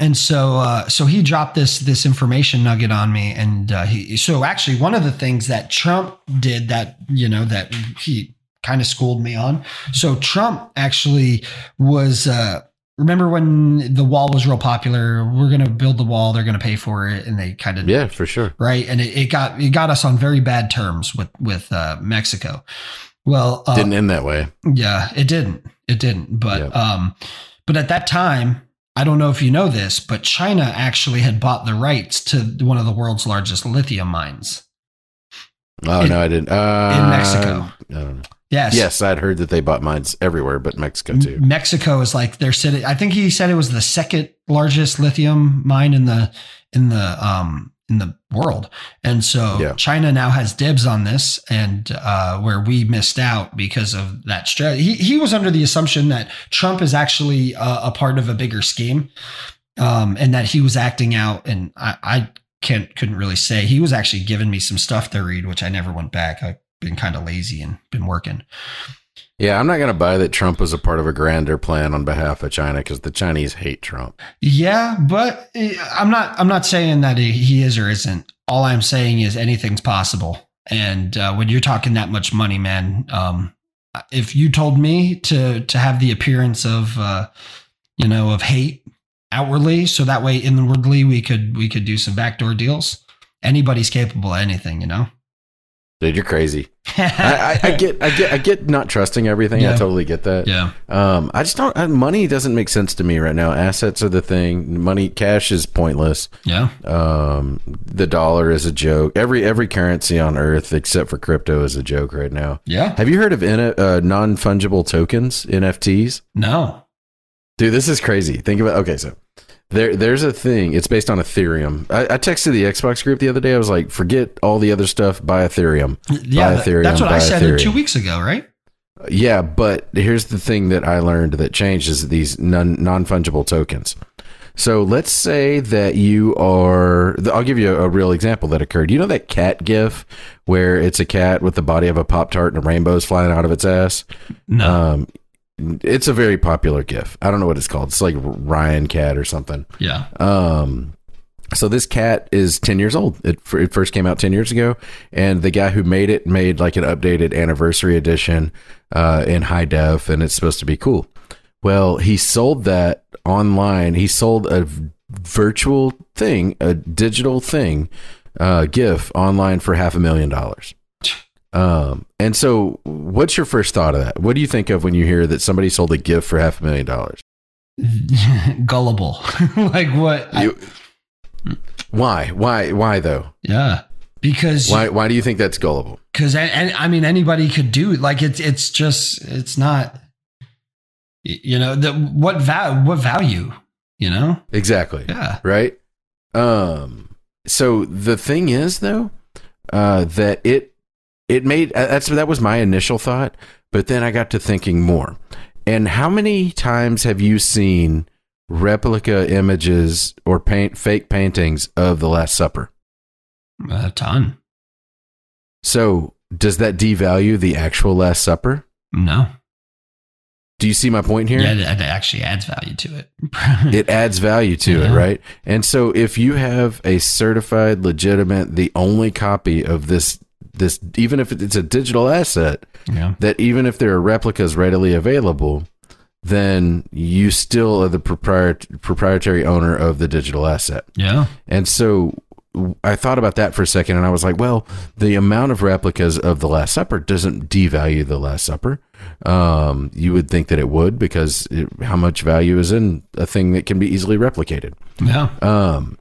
And so, uh, so he dropped this this information nugget on me, and uh, he. So actually, one of the things that Trump did that you know that he kind of schooled me on. So Trump actually was. Uh, remember when the wall was real popular? We're gonna build the wall. They're gonna pay for it, and they kind of Yeah, for sure. right. And it, it got it got us on very bad terms with with uh, Mexico. Well, uh, Didn't end that way. yeah, it didn't. It didn't. But Yep. um but at that time, I don't know if you know this, but China actually had bought the rights to one of the world's largest lithium mines Oh in- no, I didn't. Uh, in Mexico. I don't know. Yes. Mm-hmm. Yes, I'd heard that they bought mines everywhere, but Mexico too. M- Mexico is like their city. I think he said it was the second largest lithium mine in the in the um in the world. And so Yeah. China now has dibs on this and uh where we missed out because of that strategy. He he was under the assumption that Trump is actually uh, a part of a bigger scheme um and that he was acting out and I I can't couldn't really say. He was actually giving me some stuff to read which I never went back. I've been kind of lazy and been working. Yeah, I'm not going to buy that Trump was a part of a grander plan on behalf of China because the Chinese hate Trump. Yeah, but eh, I'm not. I'm not saying that he- he is or isn't. All I'm saying is anything's possible. And uh, when you're talking that much money, man, um, if you told me to to have the appearance of, uh, you know, of hate outwardly, so that way inwardly we could we could do some backdoor deals. Anybody's capable of anything, you know. Dude, you're [laughs] crazy. I, I, I get, I get, I get not trusting everything. I Yeah. totally get that. Yeah. Um, I just don't. uh, Money doesn't make sense to me right now. Assets are the thing. Money, cash is pointless. Yeah. Um, the dollar is a joke. Every every currency on earth except for crypto is a joke right now. Yeah. Have you heard of N- uh, non fungible tokens NFTs? No. Dude, this is crazy. Think about okay, so there there's a thing. It's based on Ethereum. I, I texted the Xbox group the other day. I was like, forget all the other stuff. Buy Ethereum. Yeah. that- Ethereum, that's what I buy said Ethereum. two weeks ago, right? Yeah, but here's the thing that I learned that changed is these non fungible tokens. So let's say that you are. th- I'll give you a, a real example that occurred. You know that cat gif where it's a cat with the body of a pop tart and a rainbow's flying out of its ass. No. Um, it's a very popular gif. I don't know what it's called. It's like Ryan Cat or something. yeah. Um, so this cat is 10 years old. It, f- it first came out 10 years ago. And the guy who made it made like an updated anniversary edition uh, in high def, and it's supposed to be cool. Well, he sold that online. He sold a v- virtual thing, a digital thing, uh, GIF online for half a million dollars. Um, and so, what's your first thought of that? What do you think of when you hear that somebody sold a GIF for half a million dollars? [laughs] gullible. like what? I- You, why? Why? Why though? yeah. because Why why do you think that's gullible? because and I mean anybody could do it. like it's it's just it's not y- you know the, what val what value you know Exactly. yeah right? Um. So the thing is, though, uh, that it it made uh, that's that was my initial thought, but then I got to thinking more. And how many times have you seen replica images or paint fake paintings of the Last Supper? a ton So does that devalue the actual Last Supper? no Do you see my point here? yeah it, it actually adds value to it [laughs] it adds value to Yeah. it, right? And so if you have a certified, legitimate, the only copy of this this even if it's a digital asset, yeah that even if there are replicas readily available, then you still are the propriet- proprietary owner of the digital asset. yeah And so w- I thought about that for a second and I was like, well, the amount of replicas of The Last Supper doesn't devalue The Last Supper. Um, you would think that it would because it, how much value is in a thing that can be easily replicated. yeah Um,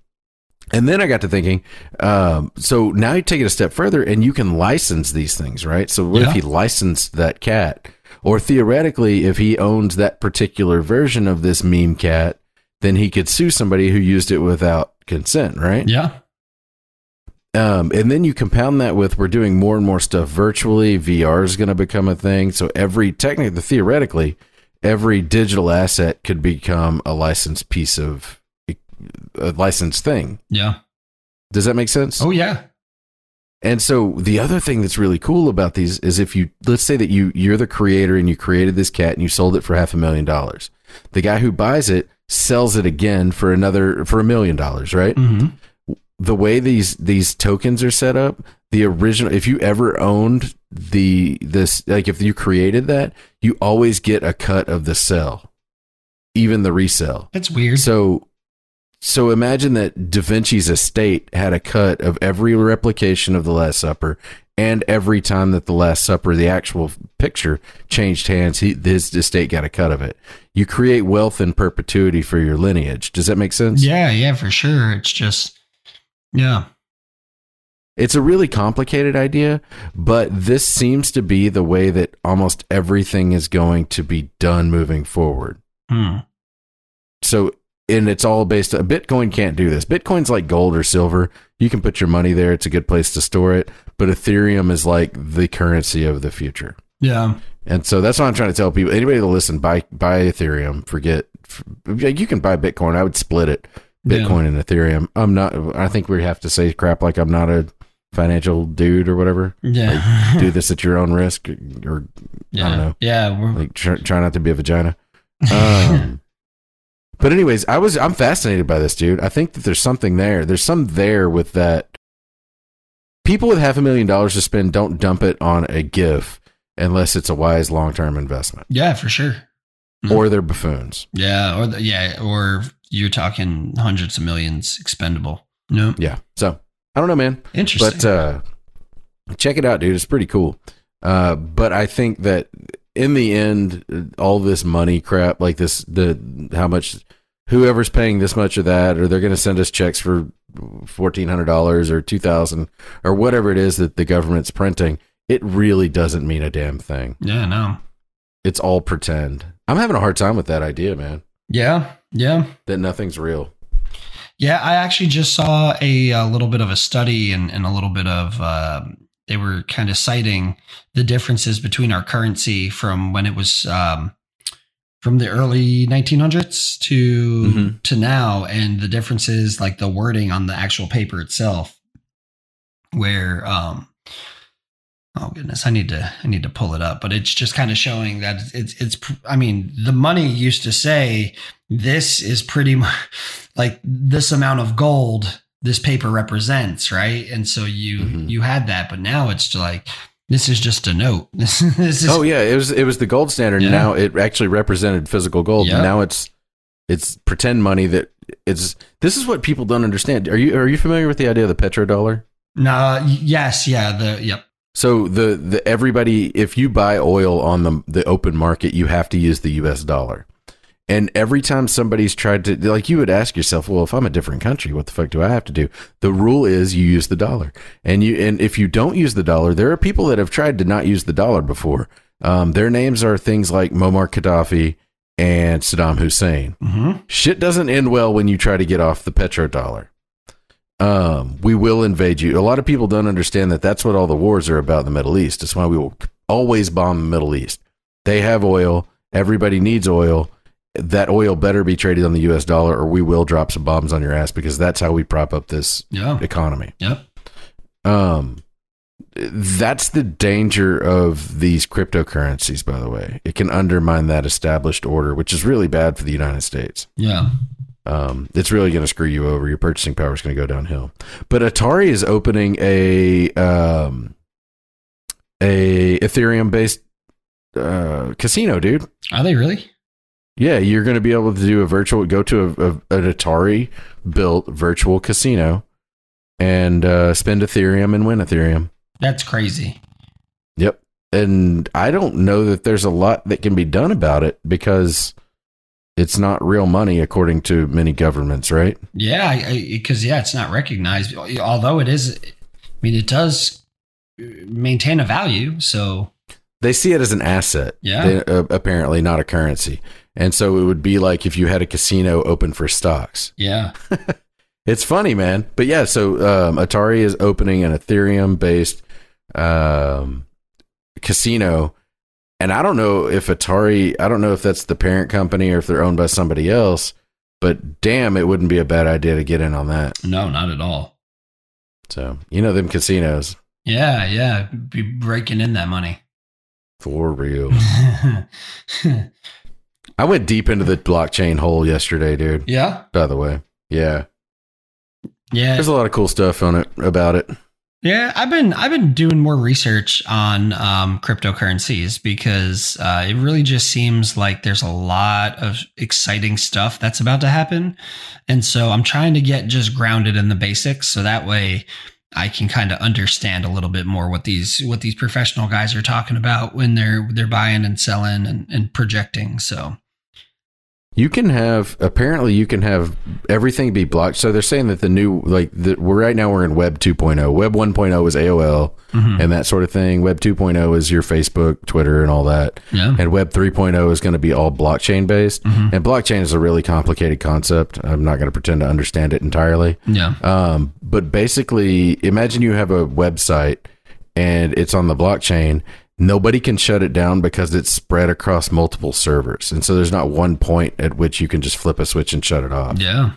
and then I got to thinking, um, so now you take it a step further and you can license these things, right? So what Yeah. if he licensed that cat? Or theoretically, if he owns that particular version of this meme cat, then he could sue somebody who used it without consent, right? yeah Um, and then you compound that with we're doing more and more stuff virtually. VR is going to become a thing. So every technically, theoretically, every digital asset could become a licensed piece of a licensed thing. yeah Does that make sense? oh yeah And so the other thing that's really cool about these is if you let's say that you you're the creator and you created this cat and you sold it for half a million dollars. The guy who buys it sells it again for another for a million dollars, right? hmm the way these these tokens are set up the original if you ever owned the this like if you created that you always get a cut of the sell even the resell it's weird so so imagine that da vinci's estate had a cut of every replication of the last supper and every time that the last supper the actual picture changed hands he, his estate got a cut of it you create wealth in perpetuity for your lineage does that make sense yeah yeah for sure it's just yeah It's a really complicated idea, but this seems to be the way that almost everything is going to be done moving forward. Hmm. So, and it's all based on Bitcoin can't do this. Bitcoin's like gold or silver. You can put your money there, it's a good place to store it. But Ethereum is like the currency of the future. yeah And so that's what I'm trying to tell people. Anybody that listen, buy buy Ethereum. Forget f- you can buy Bitcoin. I would split it, Yeah. Bitcoin and Ethereum. I'm not. I think we have to say crap like I'm not a financial dude or whatever. yeah [laughs] Do this at your own risk, or yeah know. yeah we're, like try, try not to be a vagina. Um, [laughs] but anyways, I was I'm fascinated by this dude. I think that there's something there. There's some there with that. People with half a million dollars to spend don't dump it on a GIF unless it's a wise long term investment. [laughs] yeah for sure Mhm. or they're buffoons. Yeah, or the, yeah, or you're talking hundreds of millions expendable. No, Yeah. So I don't know, man, interesting. but uh, check it out, dude. It's pretty cool. Uh, but I think that in the end, all this money crap, like this, the how much whoever's paying this much or that, or they're going to send us checks for fourteen hundred dollars or two thousand or whatever it is that the government's printing. It really doesn't mean a damn thing. yeah, no, It's all pretend. I'm having a hard time with that idea, man. yeah, yeah, That nothing's real. yeah. I actually just saw a, uh little bit of a study and, and a little bit of um they were kind of citing the differences between our currency from when it was um, from the early 1900s to Mhm. to now, and the differences like the wording on the actual paper itself, where um, oh goodness, I need to I need to pull it up, but it's just kind of showing that it's it's pr- I mean the money used to say this is pretty much like this amount of gold this paper represents right and so you Mhm. you had that but now it's like this is just a note. [laughs] This, this is Oh yeah, it was it was the gold standard. Yeah. Now it actually represented physical gold. Yeah. Now it's it's pretend money that it's. This is what people don't understand. Are you are you familiar with the idea of the petrodollar? Nah, yes, yeah, the yep. So the the everybody, if you buy oil on the the open market, you have to use the U.S. dollar. And every time somebody's tried to, like, you would ask yourself, well, if I'm a different country, what the fuck do I have to do? The rule is you use the dollar, and you, and if you don't use the dollar, there are people that have tried to not use the dollar before. Um, their names are things like Muammar Gaddafi and Saddam Hussein. Mhm. Shit doesn't end well when you try to get off the petrodollar. Um, we will invade you. A lot of people don't understand that that's what all the wars are about in the Middle East. It's why we will always bomb the Middle East. They have oil. Everybody needs oil. That oil better be traded on the U.S. dollar, or we will drop some bombs on your ass because that's how we prop up this Yeah. economy. Yep. Um, that's the danger of these cryptocurrencies. By the way, it can undermine that established order, which is really bad for the United States Yeah. um, it's really going to screw you over. Your purchasing power is going to go downhill. But Atari is opening a um, a Ethereum based uh, casino, dude. Are they really? Yeah, you're going to be able to do a virtual, go to a, a, an Atari built virtual casino and uh, spend Ethereum and win Ethereum. That's crazy. Yep. And I don't know that there's a lot that can be done about it because it's not real money, according to many governments, right? Yeah, because yeah, it's not recognized. Although it is, I mean, it does maintain a value. So they see it as an asset Yeah. they- uh, apparently not a currency and so it would be like if you had a casino open for stocks yeah, it's funny man but yeah so um, atari is opening an ethereum based um, casino and i don't know if atari i don't know if that's the parent company or if they're owned by somebody else but damn it wouldn't be a bad idea to get in on that no, not at all. so you know them casinos Yeah, yeah, be breaking in that money. [laughs] for real i went deep into the blockchain hole yesterday dude yeah, by the way yeah yeah, There's a lot of cool stuff on it about it. yeah. I've been I've been doing more research on um, cryptocurrencies because uh, it really just seems like there's a lot of exciting stuff that's about to happen, and so I'm trying to get just grounded in the basics so that way. I can kind of understand a little bit more what these what these professional guys are talking about when they're they're buying and selling and, and projecting. So You can have apparently you can have everything be blocked. So they're saying that the new like the, we're right now we're in Web 2.0. Web 1.0 was AOL mhm. and that sort of thing. Web 2.0 is your Facebook, Twitter, and all that. yeah, And Web 3.0 is going to be all blockchain based. Mhm. And blockchain is a really complicated concept. I'm not going to pretend to understand it entirely. yeah, Um, but basically, imagine you have a website and it's on the blockchain. Nobody can shut it down because it's spread across multiple servers, and so there's not one point at which you can just flip a switch and shut it off. yeah.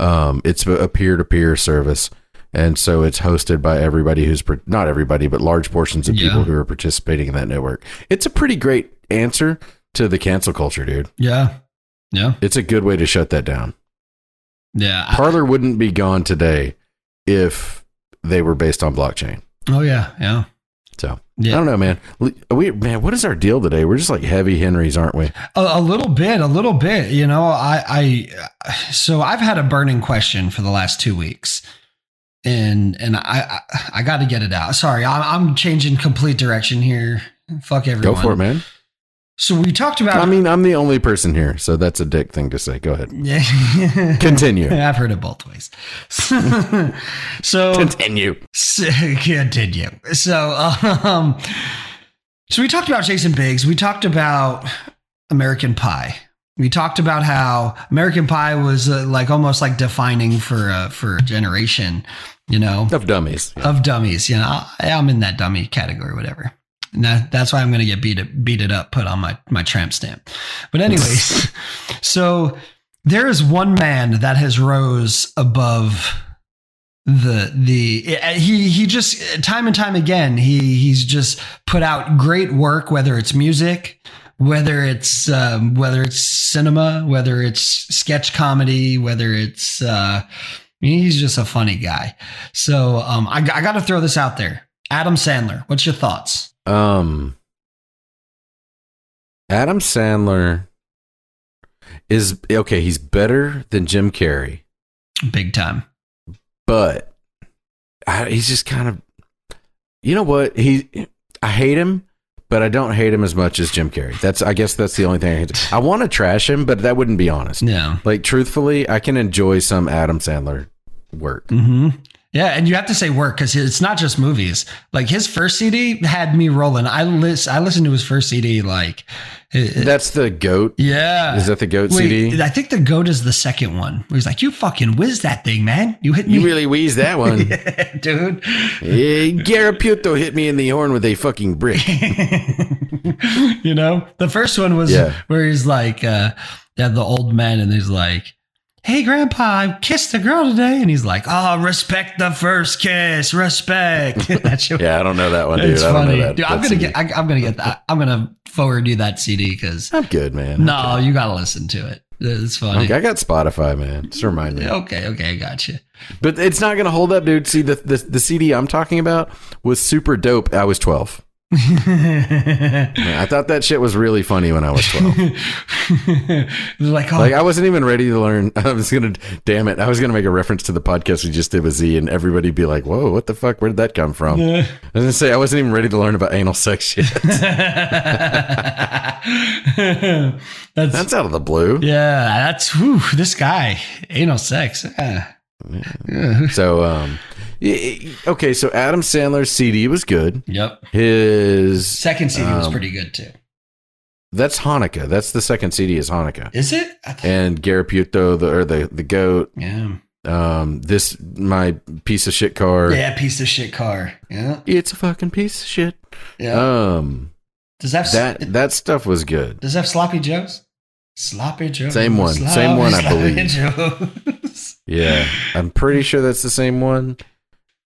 Um, it's a peer-to-peer service, and so it's hosted by everybody who's par- not everybody, but large portions of Yeah. people who are participating in that network. It's a pretty great answer to the cancel culture, dude. Yeah. Yeah. It's a good way to shut that down. Yeah. I- Parlor wouldn't be gone today if they were based on blockchain. oh yeah. Yeah. So I Yeah. don't know, man. Le- We man, what is our deal today? We're just like heavy Henrys, aren't we? A, a little bit, a little bit, you know, I, I, so I've had a burning question for the last two weeks and, and I, I, I got to get it out. Sorry. I'm, I'm changing complete direction here. Fuck everyone. Go for it, man. So we talked about, I mean, I'm the only person here, so that's a dick thing to say. Go ahead. [laughs] yeah, [laughs] Continue. I've heard it both ways. [laughs] so Continue. [laughs] So, continue. So, um, so we talked about Jason Biggs. We talked about American Pie. We talked about how American Pie was uh, like almost like defining for uh, for a generation, you know, Of dummies. of dummies. You know, I, I'm in that dummy category, whatever. And that, that's why I'm going to get beat it, beat it up, put on my my tramp stamp. But anyways, [laughs] so there is one man that has rose above the the eh, he he just time and time again he he's just put out great work whether it's music whether it's um, whether it's cinema whether it's sketch comedy whether it's uh he's just a funny guy so um i, I got to throw this out there adam sandler what's your thoughts Um, Adam Sandler is okay. He's better than Jim Carrey. big time but I, he's just kind of you know what he i hate him but I don't hate him as much as Jim Carrey. That's I guess that's the only thing I hate. I want to trash him, but that wouldn't be honest. Yeah. Like truthfully, I can enjoy some Adam Sandler work. hmm Yeah, and you have to say work because it's not just movies. Like his first CD had me rolling. I list, I listened to his first CD like, it- it- That's the goat. yeah. Is that the goat Wait, CD? I think the goat is the second one. Where he's like, "You fucking whiz that thing, man! You hit me, You [laughs] really wheeze that one. Yeah, dude." Eh, Garaputo hit me in the horn with a fucking brick. [laughs] you know, the first one was Yeah. where he's like, uh, yeah, the old man, and he's like, "Hey, grandpa, I kissed a girl today," and he's like, "Oh, respect the first kiss, respect." [laughs] that shit Yeah, I don't know that one, dude. It's I don't funny, know that. dude. I'm that CD. gonna get. I, I'm gonna get that. I'm gonna forward you that CD because I'm good, man. no, you gotta listen to it. It's funny. Okay, Okay, I got Spotify, man. Just remind me. okay, I got you. [laughs] But it's not going to hold up, dude. See, the, the the CD I'm talking about was super dope. I was 12. Man, I thought that shit was really funny when I was 12. like, oh, like, I wasn't even ready to learn. [laughs] I was going to, damn it, I was going to make a reference to the podcast we just did with Z, and everybody be like, whoa, what the fuck? Where did that come from? I was going to say, I wasn't even ready to learn about anal sex [laughs] yet. [laughs] that's That's out of the blue. yeah. That's whew, this guy anal sex. Yeah. So, um, y- y- okay, so Adam Sandler's CD was good. Yep. His Second CD was Um, pretty good too. That's Hanukkah. That's the second CD is Hanukkah. Is it? I thought, And Garaputo, the or the the goat. yeah. Um, this my piece of shit car. Yeah. Piece of shit car. Yeah. It's a fucking piece of shit. Yeah. Um, does that, that that stuff was good. Does it have sloppy joes? Sloppy joes. Same one. Same one, I believe. Sloppy [laughs] joes. Yeah, I'm pretty sure that's the same one.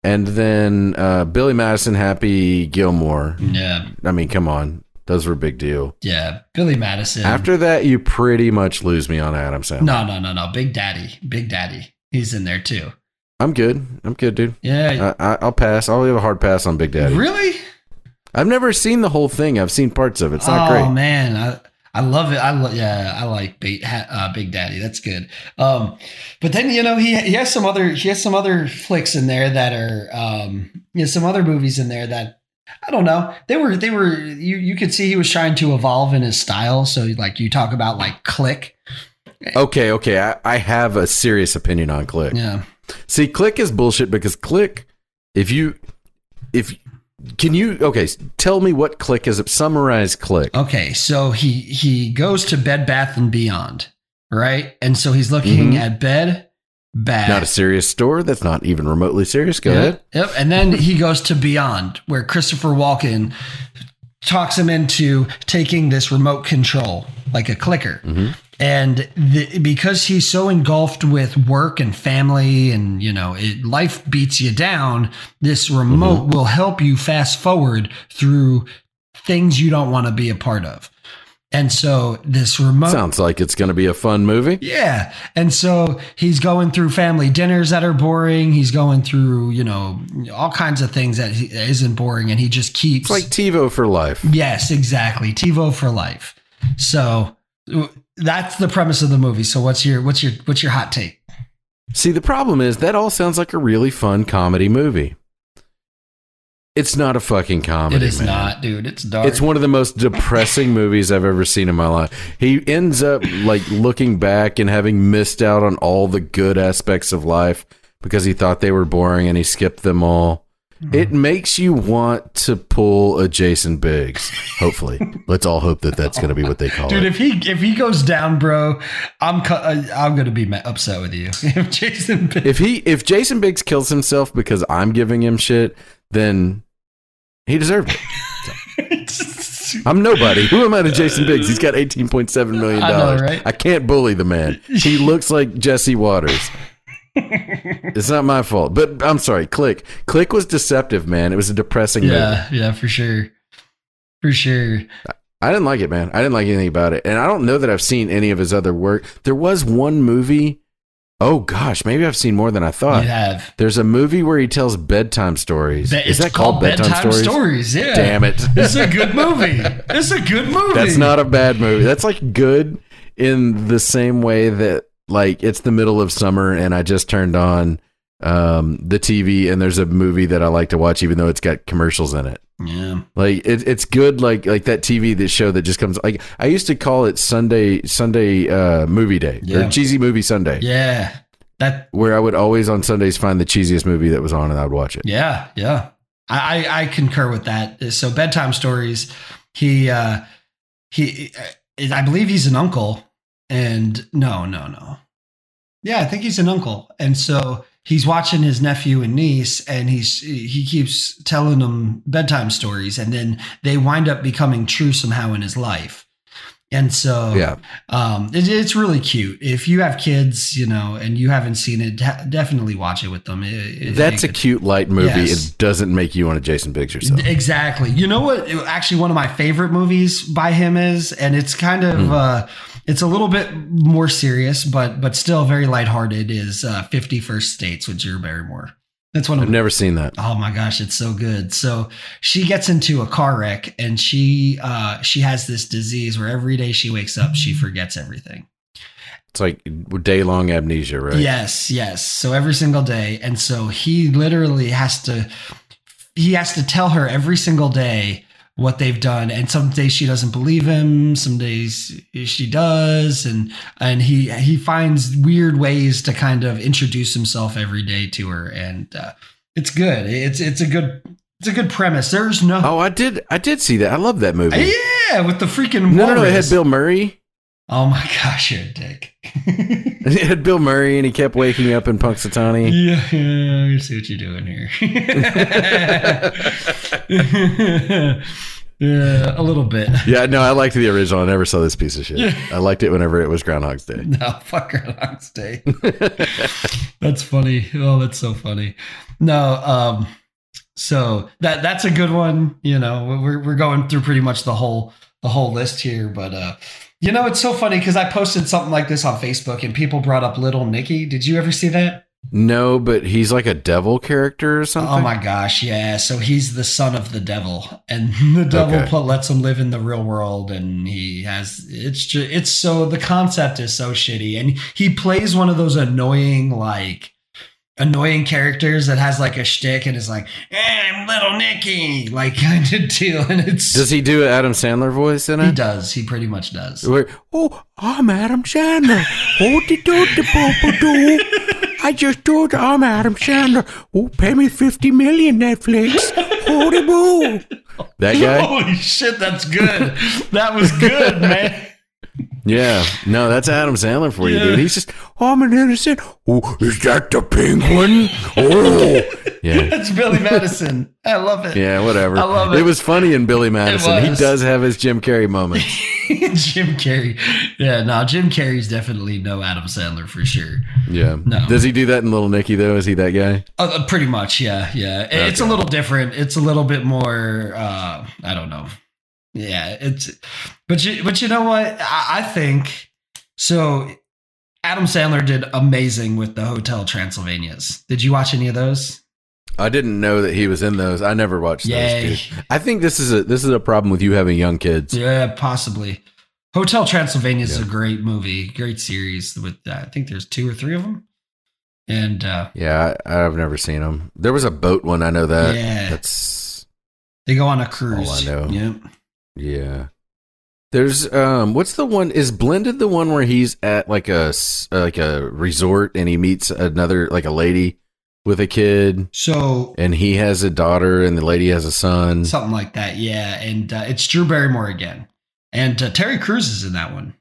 And then uh, Billy Madison, Happy Gilmore. yeah, I mean, come on, those were a big deal. yeah. Billy Madison. After that, you pretty much lose me on Adam Sandler. no, no, no, no. Big Daddy. Big Daddy. He's in there too. I'm good. I'm good, dude. Yeah. I, I, I'll pass. I'll give a hard pass on Big Oh, Daddy. really? I've never seen the whole thing. I've seen parts of it. It's not oh great. man, I I love it. I lo- yeah, I like Big, ha- uh, Big Daddy. That's good. Um, but then you know he he has some other he has some other flicks in there that are um he has some other movies in there that I don't know they were they were you you could see he was trying to evolve in his style. So like you talk about like Click. Okay, okay. I, I have a serious opinion on Click. Yeah. See, Click is bullshit because Click, if you, if, can you, okay, s- tell me what Click is. Summarize Click. Okay, so he he goes to Bed Bath and Beyond, right? And so he's looking Mhm. at Bed Bath. Not a serious store. That's not even remotely serious. Go yep, ahead. Yep. And then he goes to Beyond, where Christopher Walken talks him into taking this remote control, like a clicker. Mhm. And the, because he's so engulfed with work and family, and you know, it, life beats you down, this remote Mm-hmm. will help you fast forward through things you don't want to be a part of. And so this remote Sounds like it's going to be a fun movie. yeah. And so he's going through family dinners that are boring. He's going through, you know, all kinds of things that he, isn't boring. And he just keeps. It's like TiVo for life. yes, exactly. TiVo for life. So w- that's the premise of the movie. So what's your, what's your, what's your hot take? See, the problem is that all sounds like a really fun comedy movie. It's not a fucking comedy. it is man. not, dude. It's dark. It's one of the most depressing movies I've ever seen in my life. He ends up like looking back and having missed out on all the good aspects of life because he thought they were boring and he skipped them all. It makes you want to pull a Jason Biggs. Hopefully, let's all hope that that's going to be what they call Dude, it. if he if he goes down, bro, I'm cu- uh, I'm gonna be ma- upset with you. [laughs] if Jason, [laughs] Big- If he if Jason Biggs kills himself because I'm giving him shit, then he deserved it. I'm nobody. Who am I to Jason Biggs? He's got eighteen point seven million I dollars. know, I, right? can't bully the man. He [laughs] looks like Jesse Waters. it's not my fault. But I'm sorry, Click. Click was deceptive, man. It was a depressing movie. yeah, yeah, for sure, for sure. I didn't like it, man. I didn't like anything about it. And I don't know that I've seen any of his other work. There was one movie. Oh gosh, maybe I've seen more than I thought. you have There's a movie where he tells bedtime stories. That- Is it's that called, bedtime, stories? Yeah. Damn it. This [laughs] is a [laughs] good movie. This is a good movie. That's not a bad movie. That's like good in the same way that like it's the middle of summer and I just turned on um, the TV, and there's a movie that I like to watch, even though it's got commercials in it. Yeah. Like it, it's good, like like that TV that show that just comes. Like I used to call it Sunday Sunday uh, movie day Yeah. or cheesy movie Sunday, Yeah. That where I would always on Sundays find the cheesiest movie that was on, and I would watch it. yeah, yeah. I, I I concur with that. So bedtime stories, he uh he uh, I believe he's an uncle and no, no, no. Yeah, I think he's an uncle. And so he's watching his nephew and niece and he's he keeps telling them bedtime stories and then they wind up becoming true somehow in his life. And so Yeah, um it, it's really cute if you have kids you know and you haven't seen it de- definitely watch it with them It- it- that's a it- cute light movie. Yes. It doesn't make you want a Jason picture. So exactly you know what actually one of my favorite movies by him is and it's kind of Hmm. uh it's a little bit more serious but but still very lighthearted is uh 51st states with drew barrymore that's one of I've never seen that. Oh my gosh, it's so good. So she gets into a car wreck and she uh she has this disease where every day she wakes up Hmm. she forgets everything. It's like day long amnesia, right? Yes, yes. So every single day. And so he literally has to he has to tell her every single day what they've done. And some days she doesn't believe him, some days she does, and and he he finds weird ways to kind of introduce himself every day to her. And uh, it's good. It's it's a good it's a good premise. There's no Oh, I did. I did see that. I love that movie. Yeah, with the freaking no, no, no. It had walrus. Bill Murray. [laughs] Oh my gosh, you're a dick. [laughs] It had Bill Murray, and he kept waking up in Punxsutawney. Yeah, I see what you're doing here. [laughs] yeah, a little bit. [laughs] Yeah, no, I liked the original. I never saw this piece of shit. I liked it whenever it was Groundhog's Day. No, fuck Groundhog's Day. that's funny. Oh, that's so funny. No, um, so that that's a good one. You know, we're we're going through pretty much the whole the whole list here, but uh, you know, it's so funny because I posted something like this on Facebook and people brought up Little Nicky. Did you ever see that? No, but he's like a devil character or something. Oh my gosh, yeah. So he's the son of the devil, and [laughs] the devil Okay. pl- lets him live in the real world, and he has it's just it's so the concept is so shitty, and he plays one of those annoying like annoying characters that has like a shtick and is like, eh, I'm little Nicky, like [laughs] kind of deal, and it's Does he do an Adam Sandler voice in he it? does he pretty much does. Where, oh, I'm Adam Sandler. Oh, the do the papa do. I just do it. I'm Adam Sandler. Oh, pay me fifty million, Netflix. Oh, the boo. That guy. [laughs] Holy shit, that's good. that was good, man. [laughs] Yeah. No, that's Adam Sandler for you, Yeah. dude. He's just, oh, I'm an innocent. Oh, is that the penguin? Oh. Yeah. That's Billy Madison. I love it. Yeah, whatever. I love it. It was funny in Billy Madison. He was. does have his Jim Carrey moment. [laughs] Jim Carrey. Yeah, no, Jim Carrey's definitely no Adam Sandler for sure. Yeah. No. Does he do that in Little Nicky though? Is he that guy? Uh, Uh, pretty much, yeah, yeah. It- It's a Okay. little different. It's a little bit more. Uh, I don't know. Yeah, it's. But you, but you know what? I, I think so. Adam Sandler did amazing with the Hotel Transylvanias. Did you watch any of those? I didn't know that he was in those. I never watched Yay. those. Dude. I think this is a this is a problem with you having young kids. Yeah, possibly. Hotel Transylvania is Yeah. a great movie, great series. With I think there's two or three of them, and uh, Yeah, I, I've never seen them. There was a boat one. I know that. yeah, That's They go on a cruise. I know. Yep. yeah. There's um, what's the one? Is blended the one where he's at like a s- uh, like a resort and he meets another like a lady with a kid So and he has a daughter and the lady has a son. something like that. Yeah. And uh, it's Drew Barrymore again. And uh, Terry Crews is in that one.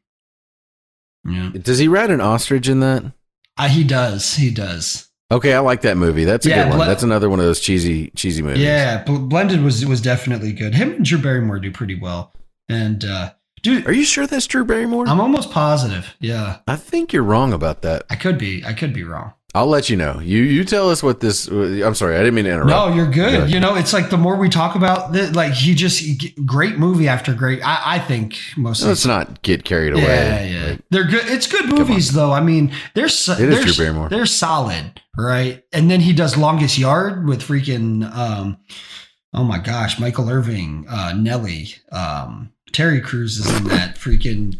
Yeah. Does he ride an ostrich in that? Uh, he does. He does. Okay, I like that movie. That's a Yeah, good one. Bla- That's another one of those cheesy, cheesy movies. Yeah. Bl- Blended was was definitely good. Him and Drew Barrymore do pretty well. And uh, dude, Are you sure that's Drew Barrymore? I'm almost positive. Yeah. I think you're wrong about that. I could be. I could be wrong. I'll let you know. You you tell us what this. uh, I'm sorry, I didn't mean to interrupt. No, you're good. Good. You know, it's like the more we talk about it, like he just he g- great movie after great. I, I think most of let's not get carried away. Yeah, yeah. Like, they're good. It's good movies, though. I mean, they're so, It is they're, Drew Barrymore. they're solid, right? And then he does Longest Yard with freaking um, oh my gosh, Michael Irving, uh, Nelly, um, Terry Crews is in that. Freaking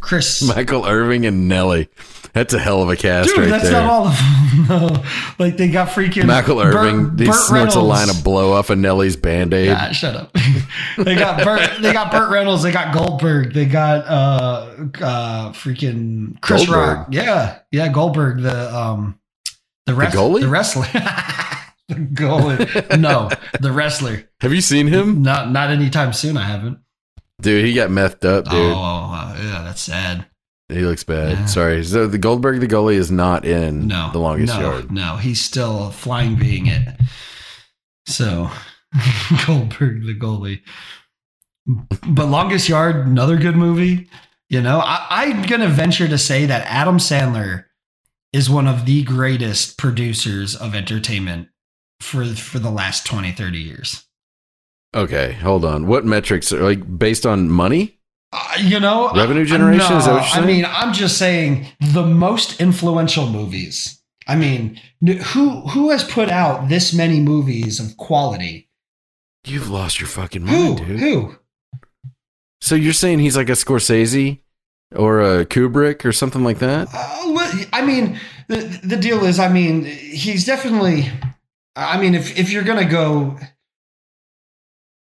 [laughs] Chris. Michael Irving and Nelly. That's a hell of a cast Dude, right that's there. not all of them. [laughs] No. Like they got freaking Michael Burt- Irving, he Burt snorts a line Reynolds. of blow off of Nelly's band aid. God, shut up. [laughs] they got Burt, they got Burt Reynolds, they got Goldberg, they got uh uh freaking Chris Goldberg? Rock. Yeah, yeah, Goldberg, the um the wrestler goalie? the wrestler. [laughs] the goalie. No, the wrestler. Have you seen him? Not not anytime soon, I haven't. Dude, he got methed up, dude. Oh uh, yeah, that's sad. He looks bad. Yeah. Sorry. So the Goldberg the goalie is not in No. the longest no, yard. No, he's still flying being it. So [laughs] Goldberg the goalie. But Longest Yard, another good movie. You know, I, I'm gonna venture to say that Adam Sandler is one of the greatest producers of entertainment for for the last 20, 30 years. Okay, hold on. What metrics are like based on money? Uh, you know, Revenue I- generation? Is that what no, you're I saying? mean, I'm just saying the most influential movies. I mean, n- who who has put out this many movies of quality? You've lost your fucking Who mind, dude. who? So you're saying he's like a Scorsese or a Kubrick or something like that? [laughs] Uh, li- I mean, the the deal is, I mean, he's definitely. I mean, if if you're gonna go,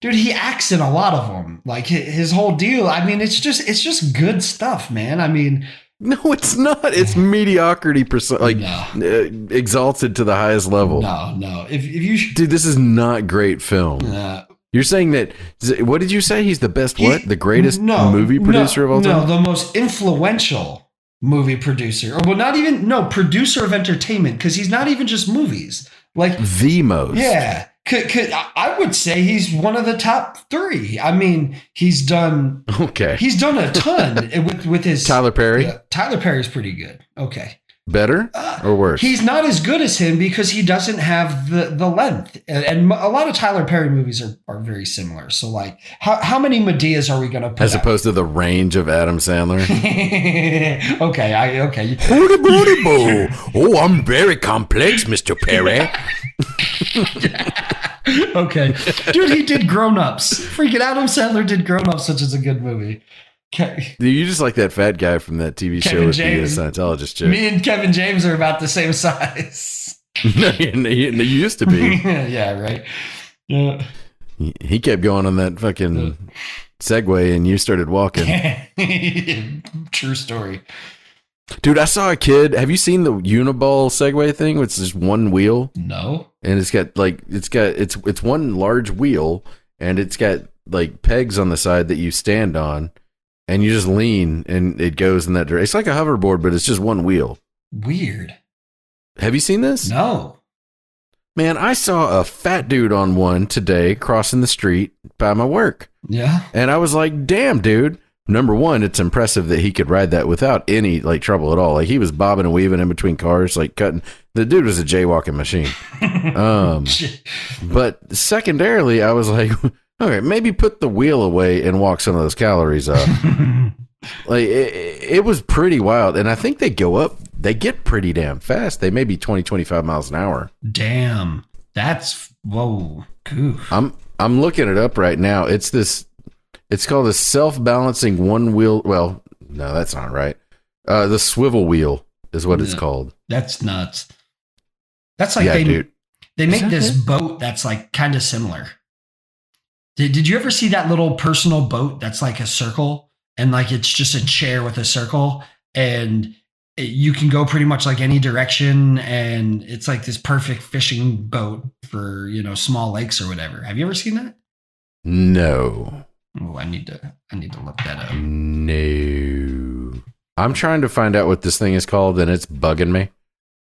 dude, he acts in a lot of them. Like hi- his whole deal. I mean, it's just it's just good stuff, man. I mean, No, it's not. It's [laughs] mediocrity percent like no, uh, exalted to the highest level. no, no. If if you. Dude, this is not great film. Uh, You're saying that what did you say? He's the best He- what? The greatest no, movie no, producer of all time? No, the most influential movie producer, or well, not even no producer of entertainment because he's not even just movies. Like, The most. yeah, could, could, I I would say he's one of the top three. I mean, he's done [laughs] Okay. he's done [laughs] a ton with with his Tyler Perry, Yeah, Tyler Perry's pretty good. Okay. better Uh, or worse? He's not as good as him because he doesn't have the, the length. And, and a lot of Tyler Perry movies are, are very similar. So, like, how, how many Medeas are we going to put As out? opposed to the range of Adam [laughs] Sandler. okay, I okay. Hooty booty boo. Oh, I'm very complex, Mr. Perry. Okay. Dude, he did grown ups. Freaking Adam Sandler did grown ups, which is a good movie. Ke- Dude, you just like that fat guy from that TV show Kevin with James. the uh, Scientologist chick. Me and Kevin James are about the same size. [laughs] [laughs] no, you, you- you used to be. yeah, right. Yeah. [laughs] He- he kept going on that fucking Segway and you started walking. True story. Dude, I saw a kid. Have you seen the Uniball Segway thing? It's just one wheel No. and it's got like it's got it's it's one large wheel and it's got like pegs on the side that you stand on and you just lean and it goes in that direction. It's like a hoverboard, but it's just one wheel. Weird. Have you seen this? No. Man, I saw a fat dude on one today crossing the street by my work. Yeah. [laughs] And I was like, damn, dude. Number one, it's impressive that he could ride that without any like trouble at all. Like he was bobbing and weaving in between cars, like cutting. The dude was a jaywalking machine. Um, but secondarily, I was like, [laughs] okay, maybe put the wheel away and walk some of those calories up. like it, it was pretty wild. And I think they go up, they get pretty damn fast. They may be 20, 25 miles an hour. Damn. That's whoa. Goof. I'm I'm looking it up right now. It's this. It's called a self-balancing one wheel. Well, no, that's not right. Uh, the swivel wheel is what it's Yeah. called. That's nuts. That's like yeah, they dude. They Is make that this it? boat that's like kind of similar. Did, did you ever see that little personal boat that's like a circle and like it's just a chair with a circle and it, you can go pretty much like any direction and it's like this perfect fishing boat for, you know, small lakes or whatever. Have you ever seen that? No, Oh, I need to I need to look that up. no. I'm trying to find out what this thing is called, and it's bugging me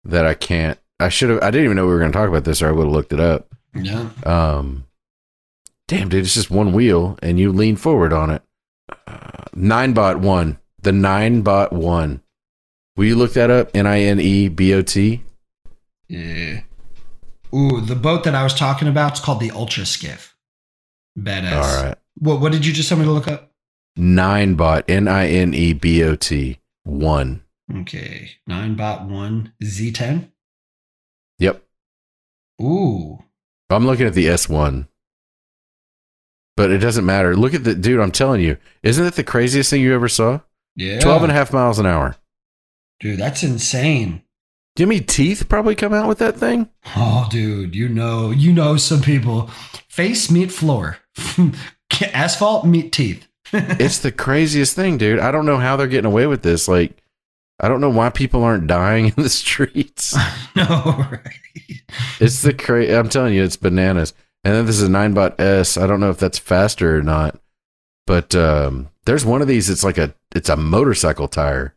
that I can't. I should have. I didn't even know we were going to talk about this, or I would have looked it up. Yeah. Um, damn, dude, it's just one wheel, and you lean forward on it. Uh, nine bot one, the nine bot one. Will you look that up? N i n e b o t. Yeah. Ooh, the boat that I was talking about is called the Ultra Skiff. Badass. All right, What what did you just tell me to look up? nine bot. N i n e b o t one. Okay, nine bot one Z ten. Yep, Ooh, I'm looking at the S one. but it doesn't matter. Look at the dude, I'm telling you, isn't that the craziest thing you ever saw? Yeah. 12 and a half miles an hour. Dude, that's insane. Jimmy Teeth probably come out with that thing. Oh, dude, you know, you know some people. Face meet floor. [laughs] Asphalt meet teeth. [laughs] it's the craziest thing, dude. I don't know how they're getting away with this. Like, I don't know why people aren't dying [laughs] in the streets. no, right. It's the cra I'm telling you, it's bananas. And then this is a Ninebot S. I don't know if that's faster or not, but um, there's one of these. It's like a it's a motorcycle tire.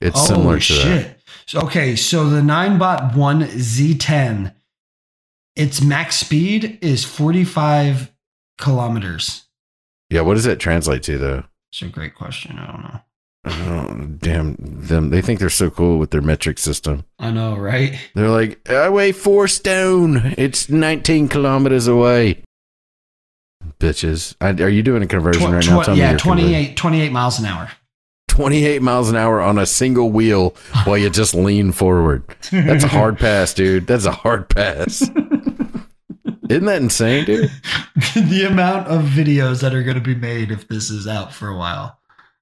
It's similar Holy to that. So, okay, so the Ninebot One Z10, its max speed is 45 kilometers. Yeah, what does that translate to though? It's a great question. I don't know. Oh, damn them! They think they're so cool with their metric system. I know, right? They're like, I weigh four stone. It's 19 kilometers away. Bitches, I, are you doing a conversion Tw- right now? tw- Tell me yeah, your conversion. 28, 28 miles an hour. 28 miles an hour on a single wheel while you just lean forward. That's a hard pass, dude. That's a hard pass. Isn't that insane, dude? [laughs] the amount of videos that are going to be made if this is out for a while.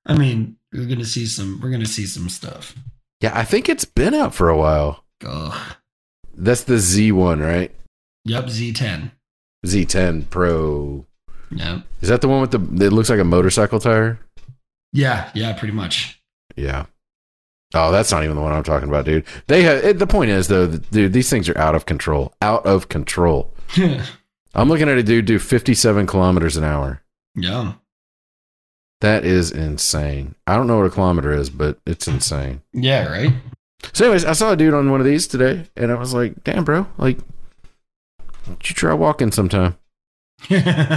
I mean, we're going to see some. We're going to see some stuff. Yeah, I think it's been out for a while. Ugh. That's the Z1, right? Yep, Z10. Z10 Pro. Yep. Is that the one with the, it looks like a motorcycle tire? Yeah, yeah, pretty much. [laughs] Yeah. Oh, that's not even the one I'm talking about, dude. They have, it, the point is, though, th- dude, these things are out of control. Out of control. yeah. I'm looking at a dude do 57 kilometers an hour. That is insane. I don't know what a kilometer is, but it's insane. Yeah, right? [laughs] So, anyways, I saw a dude on one of these today, and I was like, "Damn, bro! Like, why don't you try walking sometime." [laughs]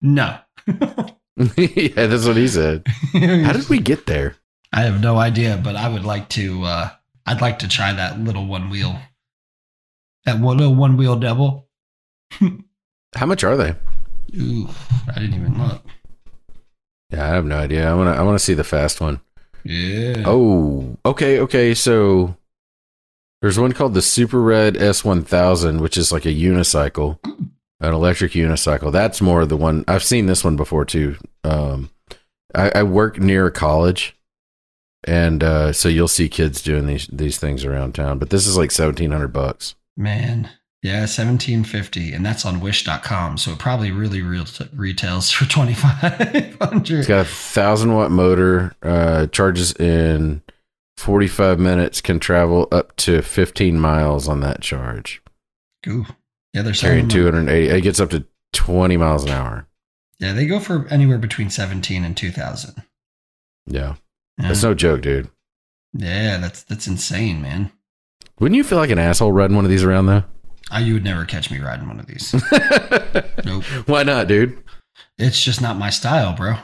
no. yeah, that's what he said. [laughs] How did we get there? I have no idea, but I would like to uh I'd like to try that little one wheel. That one little one wheel devil. How much are they? Ooh, I didn't even look. Yeah, I have no idea. I want to. I want to see the fast one. Yeah. Oh, okay, okay. So there's one called the Super Red S1000, which is like a unicycle, an electric unicycle. That's more the one I've seen this one before too. Um, I, I work near a college, and uh, so you'll see kids doing these these things around town. But this is like seventeen hundred bucks. Man. Yeah, 1750 and that's on wish.com, so it probably really real retails for It's 2500. got a thousand watt motor, uh, charges in forty five minutes, can travel up to fifteen miles on that charge. Ooh. Yeah, they're selling carrying them. 280 it gets up to 20 miles an hour Yeah, they go for anywhere between 17 and 2000. yeah Yeah. that's no joke dude yeah, that's that's insane, man. wouldn't you feel like an asshole riding one of these around though [laughs] I, you would never catch me riding one of these. nope. why not dude It's just not my style, bro.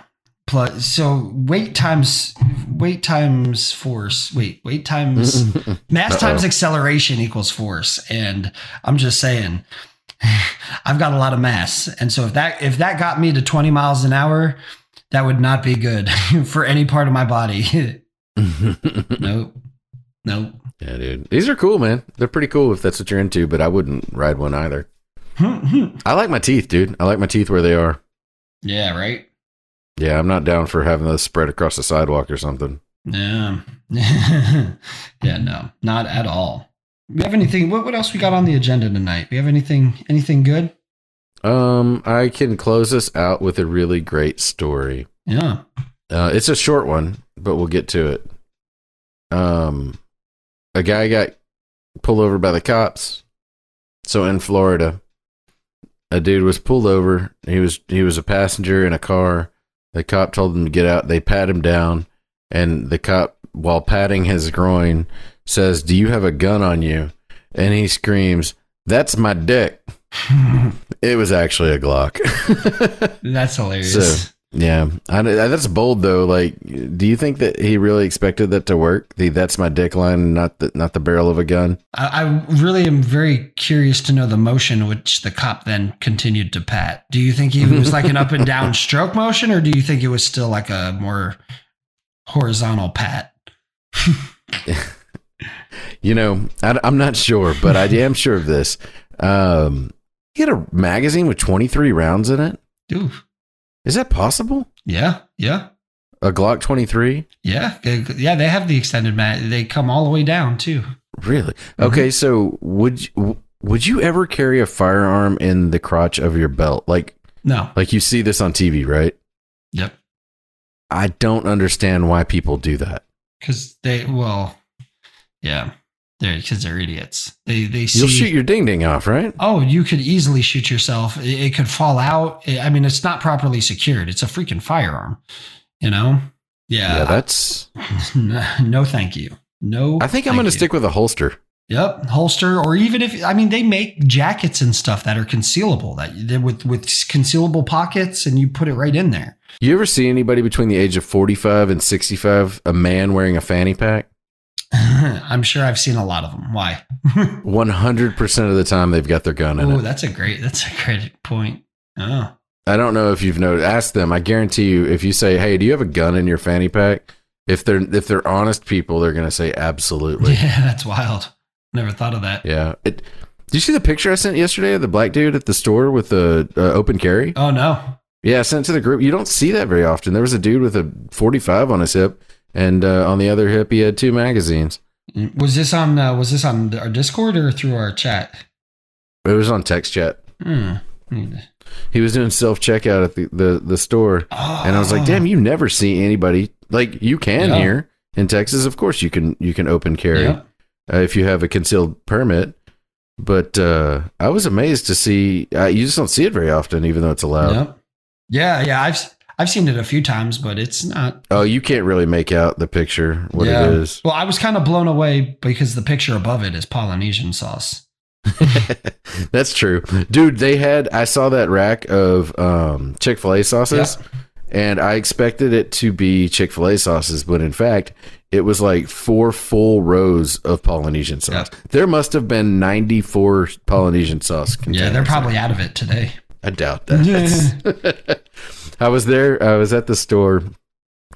Plus, so wait times wait times force. Wait, wait times mass Uh-oh. times acceleration equals force. And I'm just saying, [sighs] I've got a lot of mass, and so if that if that got me to 20 miles an hour, that would not be good [laughs] for any part of my body. [laughs] yeah nope, nope. [laughs] dude these are cool man they're pretty cool if that's what you're into but i wouldn't ride one either i like my teeth dude i like my teeth where they are yeah, right. yeah i'm not down for having those spread across the sidewalk or something Yeah. [laughs] yeah, no, not at all. We have anything what, what else we got on the agenda tonight? We have anything anything good? um i can close this out with a really great story Yeah. [laughs] Uh, it's a short one, but we'll get to it. Um, a guy got pulled over by the cops. So in Florida, a dude was pulled over. He was he was a passenger in a car. The cop told him to get out. They pat him down, and the cop, while patting his groin, says, "Do you have a gun on you?" And he screams, "That's my dick." It was actually a Glock. [laughs] That's hilarious. So- Yeah, I, I- that's bold though. Like, do you think that he really expected that to work? The "That's my dick" line, not the not the barrel of a gun. I, I really am very curious to know the motion which the cop then continued to pat. Do you think it was like an up [laughs] and down stroke motion, or do you think it was still like a more horizontal pat? You know, I, am not sure, but I am sure of this. Um, he had a magazine with 23 rounds in it. Ooh, Is that possible? yeah, yeah, A Glock 23? yeah, yeah. They have the extended mat. They come all the way down too. Really? Okay, so would you, would you ever carry a firearm in the crotch of your belt? Like No, like you see this on TV, right? yep, I don't understand why people do that. because they well, yeah, they're because they're idiots. They they see. You'll shoot your ding ding off, right? Oh, you could easily shoot yourself. It, it could fall out. I mean, it's not properly secured. It's a freaking firearm, you know. Yeah, Yeah. that's [laughs] no, thank you. No. I think I'm thank going to you. stick with a holster. Yep, holster, or even if I mean they make jackets and stuff that are concealable that that with with concealable pockets, and you put it right in there. [laughs] You ever see anybody between the age of 45 and 65 a man wearing a fanny pack? I'm sure I've seen a lot of them. Why? [laughs] 100% of the time they've got their gun in Oh, it. that's a great that's a great point. Oh, I don't know if you've noticed. Ask them. I guarantee you if you say, "Hey, do you have a gun in your fanny pack?" If they're if they're honest people, they're going to say absolutely. Yeah. [laughs] yeah, that's wild. Never thought of that. It, did you see the picture I sent yesterday of the black dude at the store with the uh, open carry? Oh no, Yeah, I sent it to the group. You don't see that very often. There was a dude with a 45 on his hip, and uh, on the other hip, he had two magazines. was this on uh, was this on our Discord or through our chat? It was on text chat. Hmm. He was doing self checkout at the, the, the store, Oh. and I was like, "Damn, you never see anybody like you can Yeah. here in Texas. Of course, you can you can open carry Oh, Yep. uh, if you have a concealed permit." But uh, I was amazed to see uh, you just don't see it very often, even though it's allowed. Yep. Yeah, yeah. I've s- I've seen it a few times, but it's not Oh, you can't really make out the picture what Yeah. it is. [laughs] Well, I was kind of blown away because the picture above it is Polynesian sauce. That's true. Dude, they had I saw that rack of um Chick-fil-A sauces and I expected it to be Chick-fil-A sauces, but in fact, it was like four full rows of Polynesian sauce. There must have been 94 Polynesian sauce containers. Yeah, they're probably out of it today. I doubt that. [laughs] I was there. I was at the store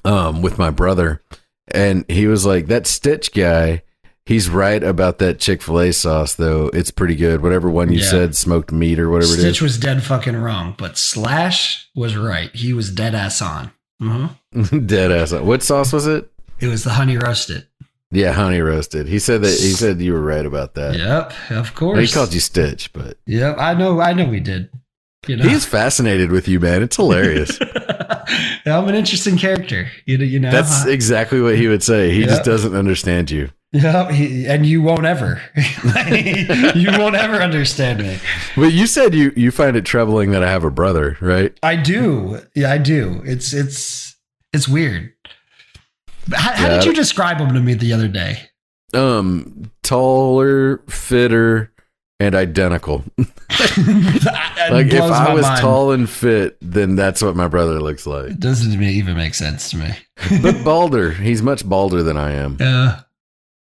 um, with my brother, and he was like, "That Stitch guy, he's right about that Chick Fil A sauce, though. It's pretty good. Whatever one you Yeah. said, smoked meat or whatever it Stitch was dead fucking wrong, but Slash was right. He was dead ass on. Mhm. is. [laughs] Dead ass. What sauce was it? It was the honey roasted. Yeah, honey roasted. He said that. He said you were right about that. Yep, of Well, course. He called you Stitch, but Yep, I know. I know we did. You know, he's fascinated with you, man. It's [laughs] hilarious. I'm an interesting character. You know, uh, you know. That's huh? exactly what he would say. He Yeah. just doesn't understand you. Yep, he- and you won't ever. [laughs] you won't ever understand me. Well, you said you you find it troubling that I have a brother, right? I do. Yeah, I do. It's it's it's weird. But How, how Yeah, did I- you describe him to me the other day? [laughs] um taller fitter and identical That like if blows i my was mind. tall and fit then that's what my brother looks like it doesn't ma- even make sense to me. [laughs] but balder he's much balder than i am Yeah,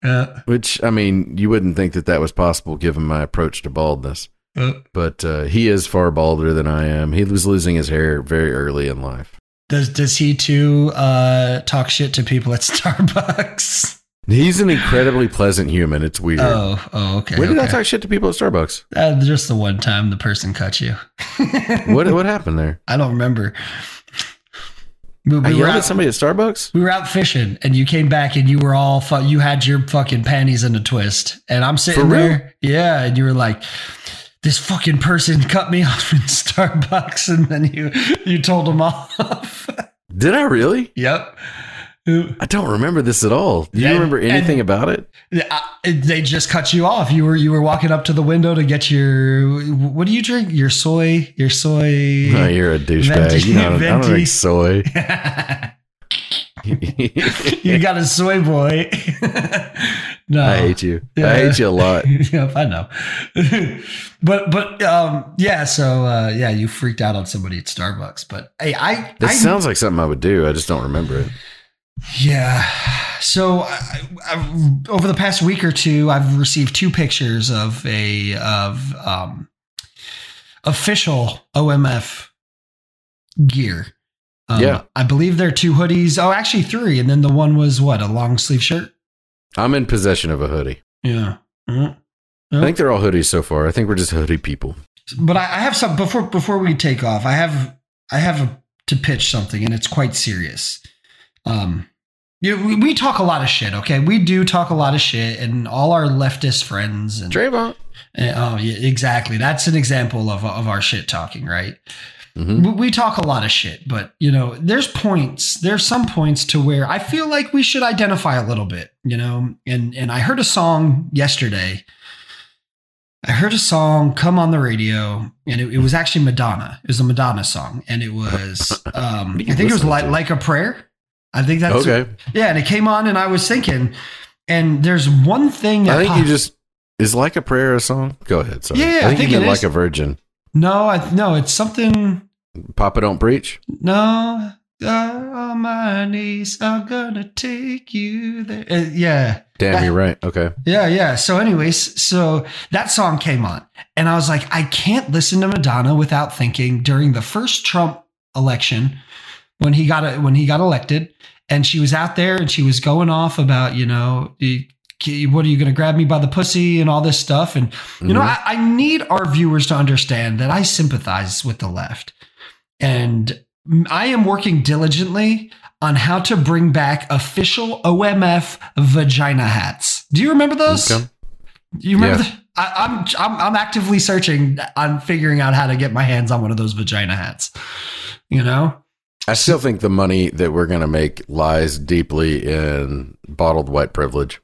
yeah. which i mean you wouldn't think that that was possible given my approach to baldness uh, but uh, he is far balder than i am he was losing his hair very early in life does does he too uh, talk shit to people at [laughs] Starbucks? he's an incredibly pleasant human it's weird Oh, oh, okay. when did i okay. talk shit to people at [laughs] starbucks Uh, just the one time the person cut you. what what happened there I don't remember. We, i we were yelled at out, somebody at starbucks we were out fishing, and you came back, and you were all fu- you had your fucking panties in a twist, and I'm sitting For real? there, yeah, and you were like, "This fucking person cut me [laughs] off in Starbucks," and then you you told him [laughs] off. did i really yep. I don't remember this at all. Do you And- remember anything about it? I- They just cut you off. You were you were walking up to the window to get your what do you drink? Your soy, your soy. Oh, you're a douchebag. You know, I don't- I don't Venti. drink soy. [laughs] you got a soy boy. [laughs] no, [laughs] I [laughs] hate you. I hate you a lot. yep, I know. [laughs] but but um yeah, so uh yeah, you freaked out on somebody at Starbucks. But hey, I That I sounds like something I would do. I just don't remember it. yeah. So I, I, over the past week or two, I've received two pictures of a of um official OMF gear. Um, Yeah. I believe there are two hoodies. Oh, actually three, and then the one was what a long sleeve shirt. I'm in possession of a hoodie. Yeah. Mhm. I think they're all hoodies so far. I think we're just hoodie people. But I, I have some before before we take off. I have I have a, to pitch something, and it's quite serious. Um, you know, we, we talk a lot of shit. Okay, we do talk a lot of shit, and all our leftist friends and Trayvon. and- oh yeah, exactly. That's an example of of our shit talking, right? Mhm. We, we talk a lot of shit, but you know, there's points. There's some points to where I feel like we should identify a little bit, you know. And and I heard a song yesterday. I heard a song come on the radio, and it, it was actually Madonna. It was a Madonna song, and [laughs] it was um, What are you I think it was listening like to? like a prayer. I think that's Okay. yeah, and it came on, and I was thinking, and there's one thing that I think popped- you just is like a prayer a song. Go ahead. Sorry. Yeah, yeah, I think, I think you it meant is. like a virgin. no, I, no, it's something. Papa don't preach. No, uh, all my knees are gonna take you there. Uh, yeah, Damn, That- you're right. Okay. yeah, yeah. So, anyways, so that song came on, and I was like, I can't listen to Madonna without thinking during the first Trump election when he got uh, when he got elected, and she was out there and she was going off about you know. the- What are you going to grab me by the pussy and all this stuff? And you know, Mhm. I, I need our viewers to understand that I sympathize with the left. And I am working diligently on how to bring back official OMF vagina hats. Do you remember those? Okay. You remember? Yeah. the- I, I'm, I'm I'm actively searching on figuring out how to get my hands on one of those vagina hats. You know? [laughs] I still think the money that we're gonna make lies deeply in bottled white privilege.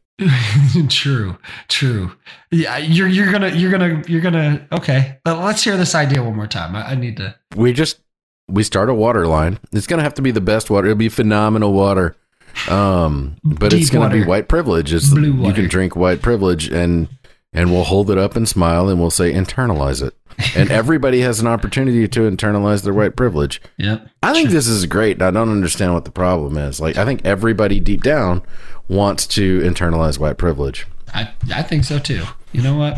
true, true. Yeah, you're you're gonna you're gonna you're gonna okay. But let's hear this idea one more time. I, I need to. We just we start a water line. It's gonna have to be the best water. It'll be phenomenal water. Um, but it's Deep gonna be water. white privilege. It's Blue you water. can drink white privilege and and we'll hold it up and smile and we'll say internalize it. [laughs] And everybody has an opportunity to internalize their white privilege. Yep. I think this is great. and I don't understand what the problem is. Like, I think everybody deep down wants to internalize white privilege. I, I think so too. You know what?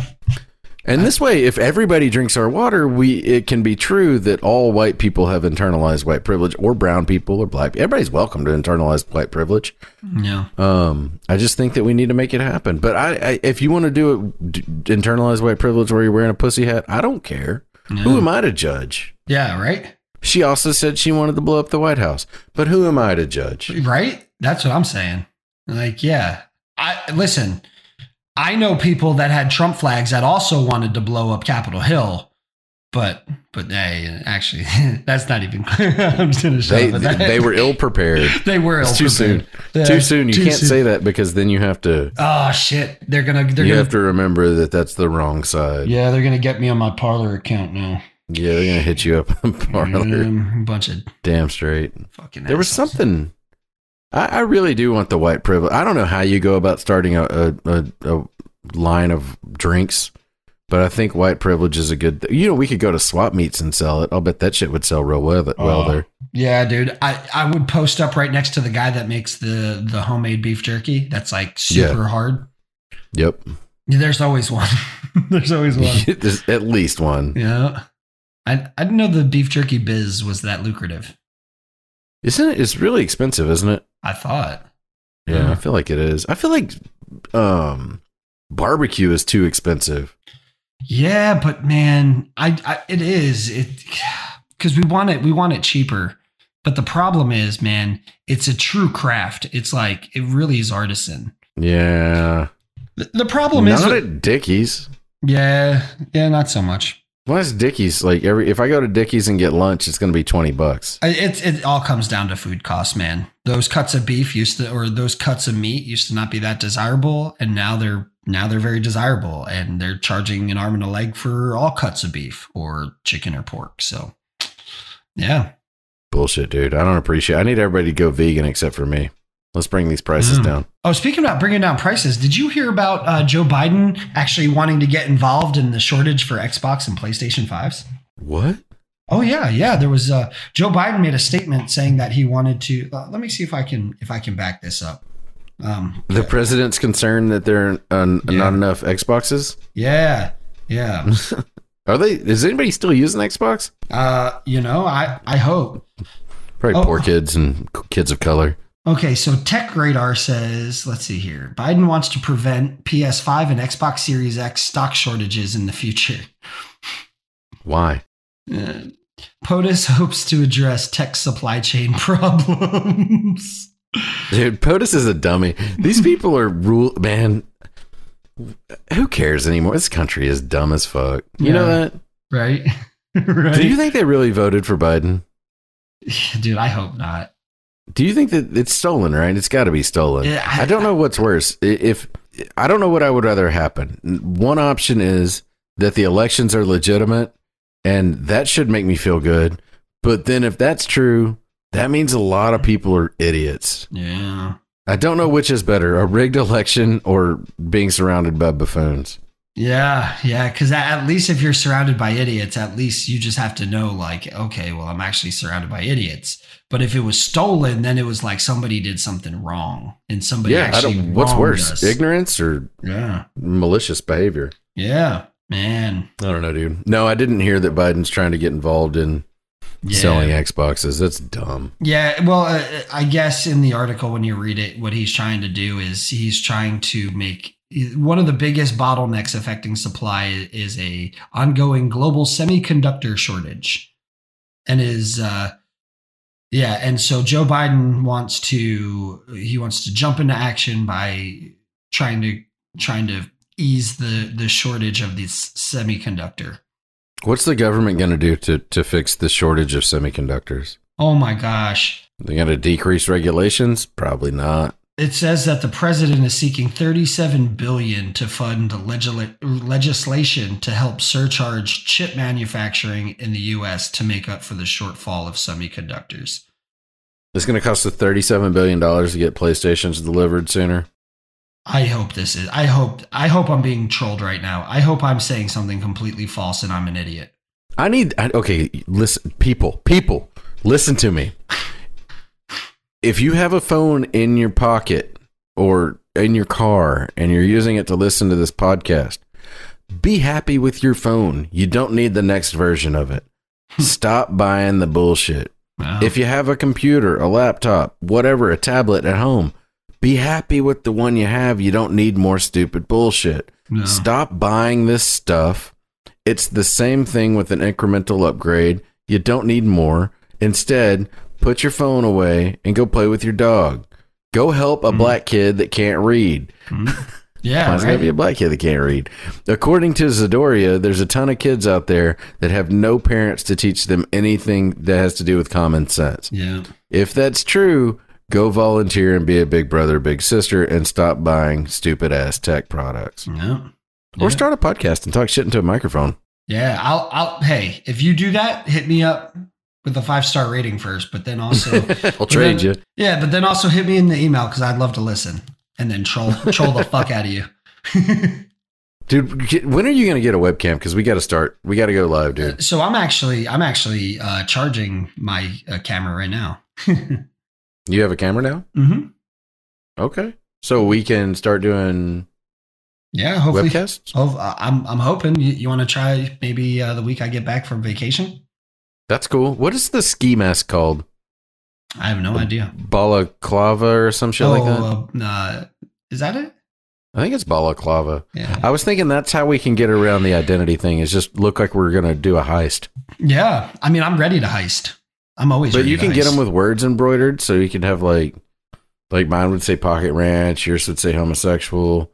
And this way, if everybody drinks our water, we it can be true that all white people have internalized white privilege, or brown people, or black. Everybody's welcome to internalize white privilege. No. Um, I just think that we need to make it happen. But I, I if you want to do it, d- internalize white privilege where you're wearing a pussy hat, I don't care. Mm. Who am I to judge? Yeah, right? She also said she wanted to blow up the White House, but who am I to judge? Right? That's what I'm saying. Like, yeah. I listen, I know people that had Trump flags that also wanted to blow up Capitol Hill, but but hey, actually [laughs] that's not even clear. [laughs] I'm just gonna shut they, up at that. they were ill prepared. [laughs] they were It's ill too soon. prepared. Yeah, Too soon. You too can't soon. say that because then you have to Oh shit. They're gonna they're you gonna have to remember that that's the wrong side. Yeah, Yeah, they're gonna get me on my parlor account now. they're gonna hit you up [laughs] on parlor. Mm, bunch of Damn straight. fucking There was assholes. something. I, I really do want the white privilege. I don't know how you go about starting a a, a, a line of drinks, but I think white privilege is a good. Th- you know, we could go to swap meets and sell it. I'll bet that shit would sell real well. th- well Oh. there. Yeah, dude. I, I would post up right next to the guy that makes the the homemade beef jerky. That's like super hard. Yep. Yeah, There's always one. [laughs] There's always one. There's [laughs] at least one. yeah. I I didn't know the beef jerky biz was that lucrative. Isn't it? It's really expensive, isn't it? I thought. Yeah, I feel like it is. I feel like um barbecue is too expensive. Yeah, but man, I, I it is it [sighs] because we want it we want it cheaper. But the problem is, man, it's a true craft. It's like it really is artisan. Yeah. The, the problem is, Not at Dickies. yeah, yeah, not so much. Why is Dickies like every if I go to Dickies and get lunch, it's gonna be twenty bucks. I- It it all comes down to food costs, man. Those cuts of beef used to, or those cuts of meat used to not be that desirable, and now they're now they're very desirable, and they're charging an arm and a leg for all cuts of beef or chicken or pork. So, yeah, Bullshit, dude. I don't appreciate I need everybody to go vegan except for me. Let's bring these prices Mm. down. Oh, speaking about bringing down prices, did you hear about uh, Joe Biden actually wanting to get involved in the shortage for Xbox and PlayStation 5s? What? Oh yeah, yeah. There was uh, Joe Biden made a statement saying that he wanted to. Uh, let me see if I can if I can back this up. Um, The president's concerned that there are uh, Yeah. not enough Xboxes? yeah, [laughs] yeah. Are they is anybody still using Xbox? Uh, you know, I I hope. Probably Oh. poor kids and c- kids of color. Okay, so Tech Radar says, let's see here. Biden wants to prevent PS5 and Xbox Series X stock shortages in the future. Why? Uh, POTUS hopes to address tech supply chain [laughs] problems. [laughs] Dude, POTUS is a dummy. These people are rule man. Who cares anymore? This country is dumb as fuck. You know Yeah. that? right? [laughs] right? Do you think they really voted for Biden? Dude, I hope not. Do you think that it's stolen? Right? It's got to be stolen. Yeah, I, don't know what's worse. I- If I don't know what I would rather happen. One option is that the elections are legitimate, and that should make me feel good. But then, if that's true, that means a lot of people are idiots. Yeah. I don't know which is better: a rigged election or being surrounded by buffoons. Yeah, yeah, because at least if you're surrounded by idiots, at least you just have to know, like, okay, well, I'm actually surrounded by idiots. But if it was stolen, then it was like somebody did something wrong, and somebody yeah, I actually don't. What's wronged worse, us. ignorance or Yeah, malicious behavior? yeah, man. I don't know, dude. No, I didn't hear that Biden's trying to get involved in Yeah. selling Xboxes. That's dumb. Yeah, well, uh, I guess in the article when you read it, what he's trying to do is he's trying to make one of the biggest bottlenecks affecting supply is a ongoing global semiconductor shortage, and is uh, yeah, and so Joe Biden wants to he wants to jump into action by trying to trying to ease the the shortage of this semiconductor. What's the government going to do to, to fix the shortage of semiconductors? Oh my gosh, They going to decrease regulations? Probably not. It says that the president is seeking 37 billion to fund legisla- legislation to help surcharge chip manufacturing in the US to make up for the shortfall of semiconductors. It's going to cost the thirty-seven billion dollars to get PlayStations delivered sooner. I hope this is I hope I hope I'm being trolled right now. I hope I'm saying something completely false and I'm an idiot. I need. I, okay, listen, people, people, listen to me. If you have a phone in your pocket or in your car and you're using it to listen to this podcast, be happy with your phone. You don't need the next version of it. Stop buying the bullshit. Wow. If you have a computer, a laptop, whatever, a tablet at home, be happy with the one you have. You don't need more stupid bullshit. No. Stop buying this stuff. It's the same thing with an incremental upgrade. You don't need more. Instead, put your phone away and go play with your dog. Go help a black kid that can't read. Why Hmm. yeah, is it gonna be right? a black kid that can't read? According to Zadoria, there's a ton of kids out there that have no parents to teach them anything that has to do with common sense. yeah. If that's true, go volunteer and be a big brother, big sister, and stop buying stupid ass tech products. Yeah. Or Yeah. start a podcast and talk shit into a [laughs] microphone. Yeah, I'll I'll hey, if you do that, hit me up with a five-star rating first, but then also [laughs] I'll trade you. Yeah, but then also hit me in the email because I'd love to listen and then [laughs] troll troll the fuck out of you. Dude, get- when are you going to get a webcam? Because we got to start. We got to go live, dude. [laughs] so I'm actually I'm actually uh, charging my uh, camera right now. [laughs] mm-hmm. You have a camera now? Okay. So we can start doing Yeah, hopefully. webcasts? Oh, uh, I'm I'm hoping you, you want to try maybe uh, the week I get back from vacation. That's cool. What is the ski mask called? I have no idea. Balaclava or some shit like that? uh, uh, is that it? I think it's balaclava. Yeah. I was thinking that's how we can get around the identity thing is just look like we're going to do a heist. Yeah. I mean, I'm ready to heist. I'm always. But ready you to can get heist. them with words embroidered, so you can have like, like mine would say pocket ranch, yours would say [laughs] homosexual.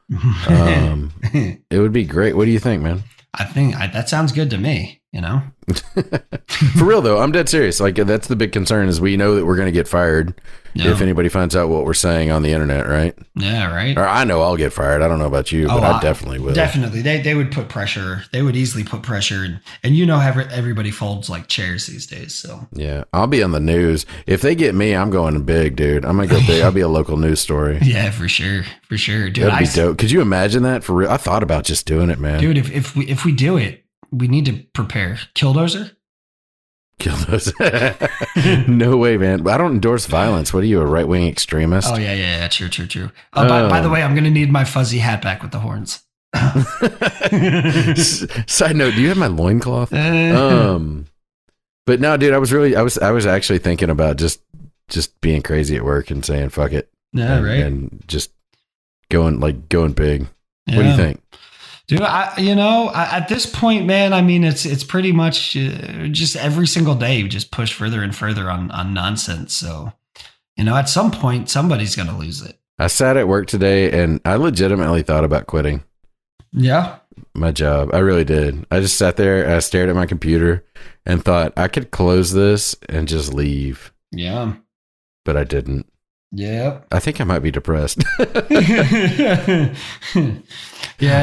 Um, it would be great. What do you think, man? I think I, that sounds good to me. You know. For real though, I'm dead serious. Like that's the big concern is we know that we're gonna get fired Yeah. if anybody finds out what we're saying on the internet, right? yeah. Right. Or I know I'll get fired. I don't know about you, but uh, Oh, I, I- definitely will. Definitely, they they would put pressure. They would easily put pressure, and and you know, every, everybody folds like chairs these days. So yeah, I'll be on the news. If they get me, I'm going big, dude. I'm gonna go big. I'll be a local news story. yeah, for sure, for sure, [laughs] dude. That'd I, be dope. Could you imagine that for real? I thought about just doing it, man. Dude, if if we if we do it, we need to prepare. Killdozer. Kill those. [laughs] no way, man. I don't endorse violence. What are you, a right wing extremist? Oh yeah, yeah, yeah. True, true, true. Uh, by, by the Um. way, I'm gonna need my fuzzy hat back with the horns. [laughs] [laughs] Oh, S- Side note, do you have my loincloth? Uh, Um But no, dude, I was really I was I was actually thinking about just just being crazy at work and saying fuck it. yeah, and, right. and just going like going big. What do Yeah. you think? Dude, I you know I, at this point, man, I mean it's it's pretty much uh, just every single day we just push further and further on on nonsense. So you know, at some point somebody's gonna lose it. I sat at work today and I legitimately thought about quitting Yeah, my job. I really did. I just sat there, I stared at my computer and thought I could close this and just leave, yeah, but I didn't. [laughs] yep. [laughs] I think I might be depressed. [laughs] yeah,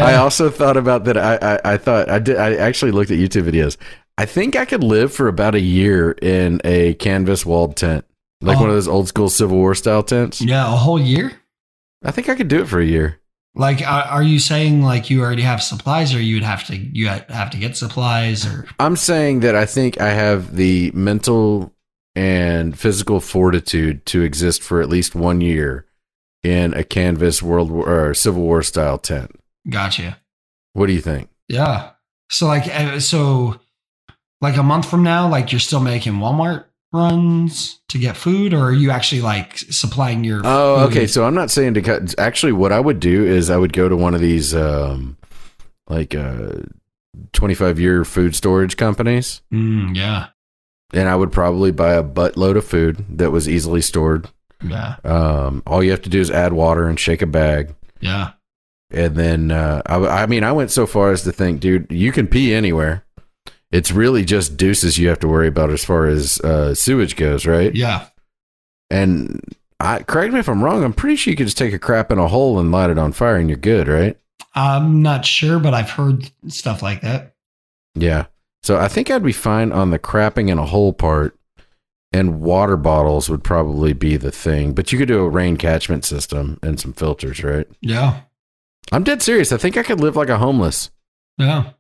I also thought about that. I, I, I thought I did. I actually looked at YouTube videos. I think I could live for about a year in a canvas walled tent, like Oh. one of those old school Civil War style tents. yeah, a whole year. I think I could do it for a year. Like, are, are you saying like you already have supplies, or you'd have to you ha- have to get supplies, or I'm saying that I think I have the mental and physical fortitude to exist for at least one year in a canvas World War or Civil War style tent. gotcha? What do you think? Yeah. So like uh, so like a month from now, like you're still making Walmart runs to get food, or are you actually like supplying your? [laughs] Oh, food? okay. So I'm not saying to cut. Actually, what I would do is I would go to one of these, um, like, uh, 25 year food storage companies, Mm, yeah, and I would probably buy a buttload of food that was easily stored. yeah, Um, all you have to do is add water and shake a bag. yeah, And then, uh, I, I mean, I went so far as to think, dude, you can pee anywhere. It's really just deuces you have to worry about as far as uh, sewage goes, right? yeah. And I correct me if I'm wrong. I'm pretty sure you could just take a crap in a hole and light it on fire, and you're good, right? I'm not sure, but I've heard stuff like that. Yeah. So I think I'd be fine on the crapping in a hole part, and water bottles would probably be the thing. But you could do a rain catchment system and some filters, right? Yeah, I'm dead serious. I think I could live like a homeless. yeah.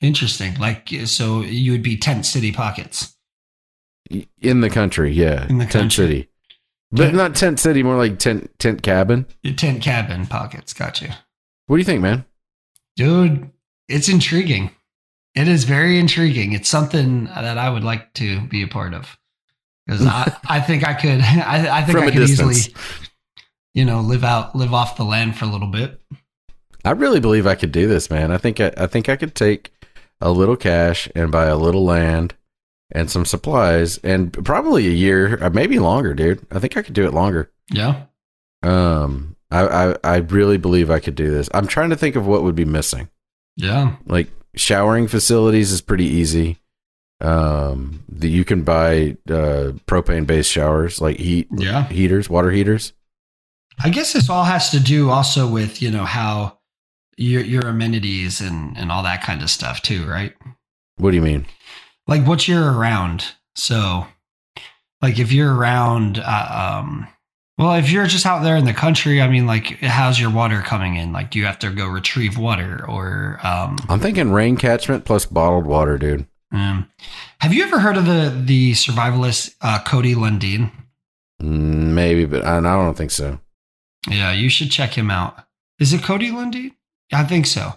Interesting. Like so, you would be tent city pockets. Y- In the country, yeah. In the tent country. city. But Yeah. not tent city, more like tent tent cabin. Tent cabin pockets. Got you. What do you think, man? Dude, it's intriguing. It is very intriguing. It's something that I would like to be a part of because I, I think I could. [laughs] I, I think From I a could easily, distance. you know, live out, live off the land for a little bit. I really believe I could do this, man. I think I, I think I could take a little cash and buy a little land and some supplies and probably a year, or maybe longer, dude. I think I could do it longer. Yeah, Um, I, I I really believe I could do this. I'm trying to think of what would be missing. yeah, Like showering facilities is pretty easy. Um, that you can buy uh, propane based showers, like heat yeah. heaters, water heaters. I guess this all has to do also with you know how your your amenities and and all that kind of stuff too, right? What do you mean? like what you're around. So, like if you're around, uh, um, well, if you're just out there in the country, I mean, like how's your water coming in? Like, do you have to go retrieve water, or um, I'm thinking rain catchment plus bottled water, dude. um, have you ever heard of the the survivalist uh, Cody Lundeen? Mm, Maybe, but I, I don't think so. Yeah, you should check him out. Is it Cody Lundy? I think so.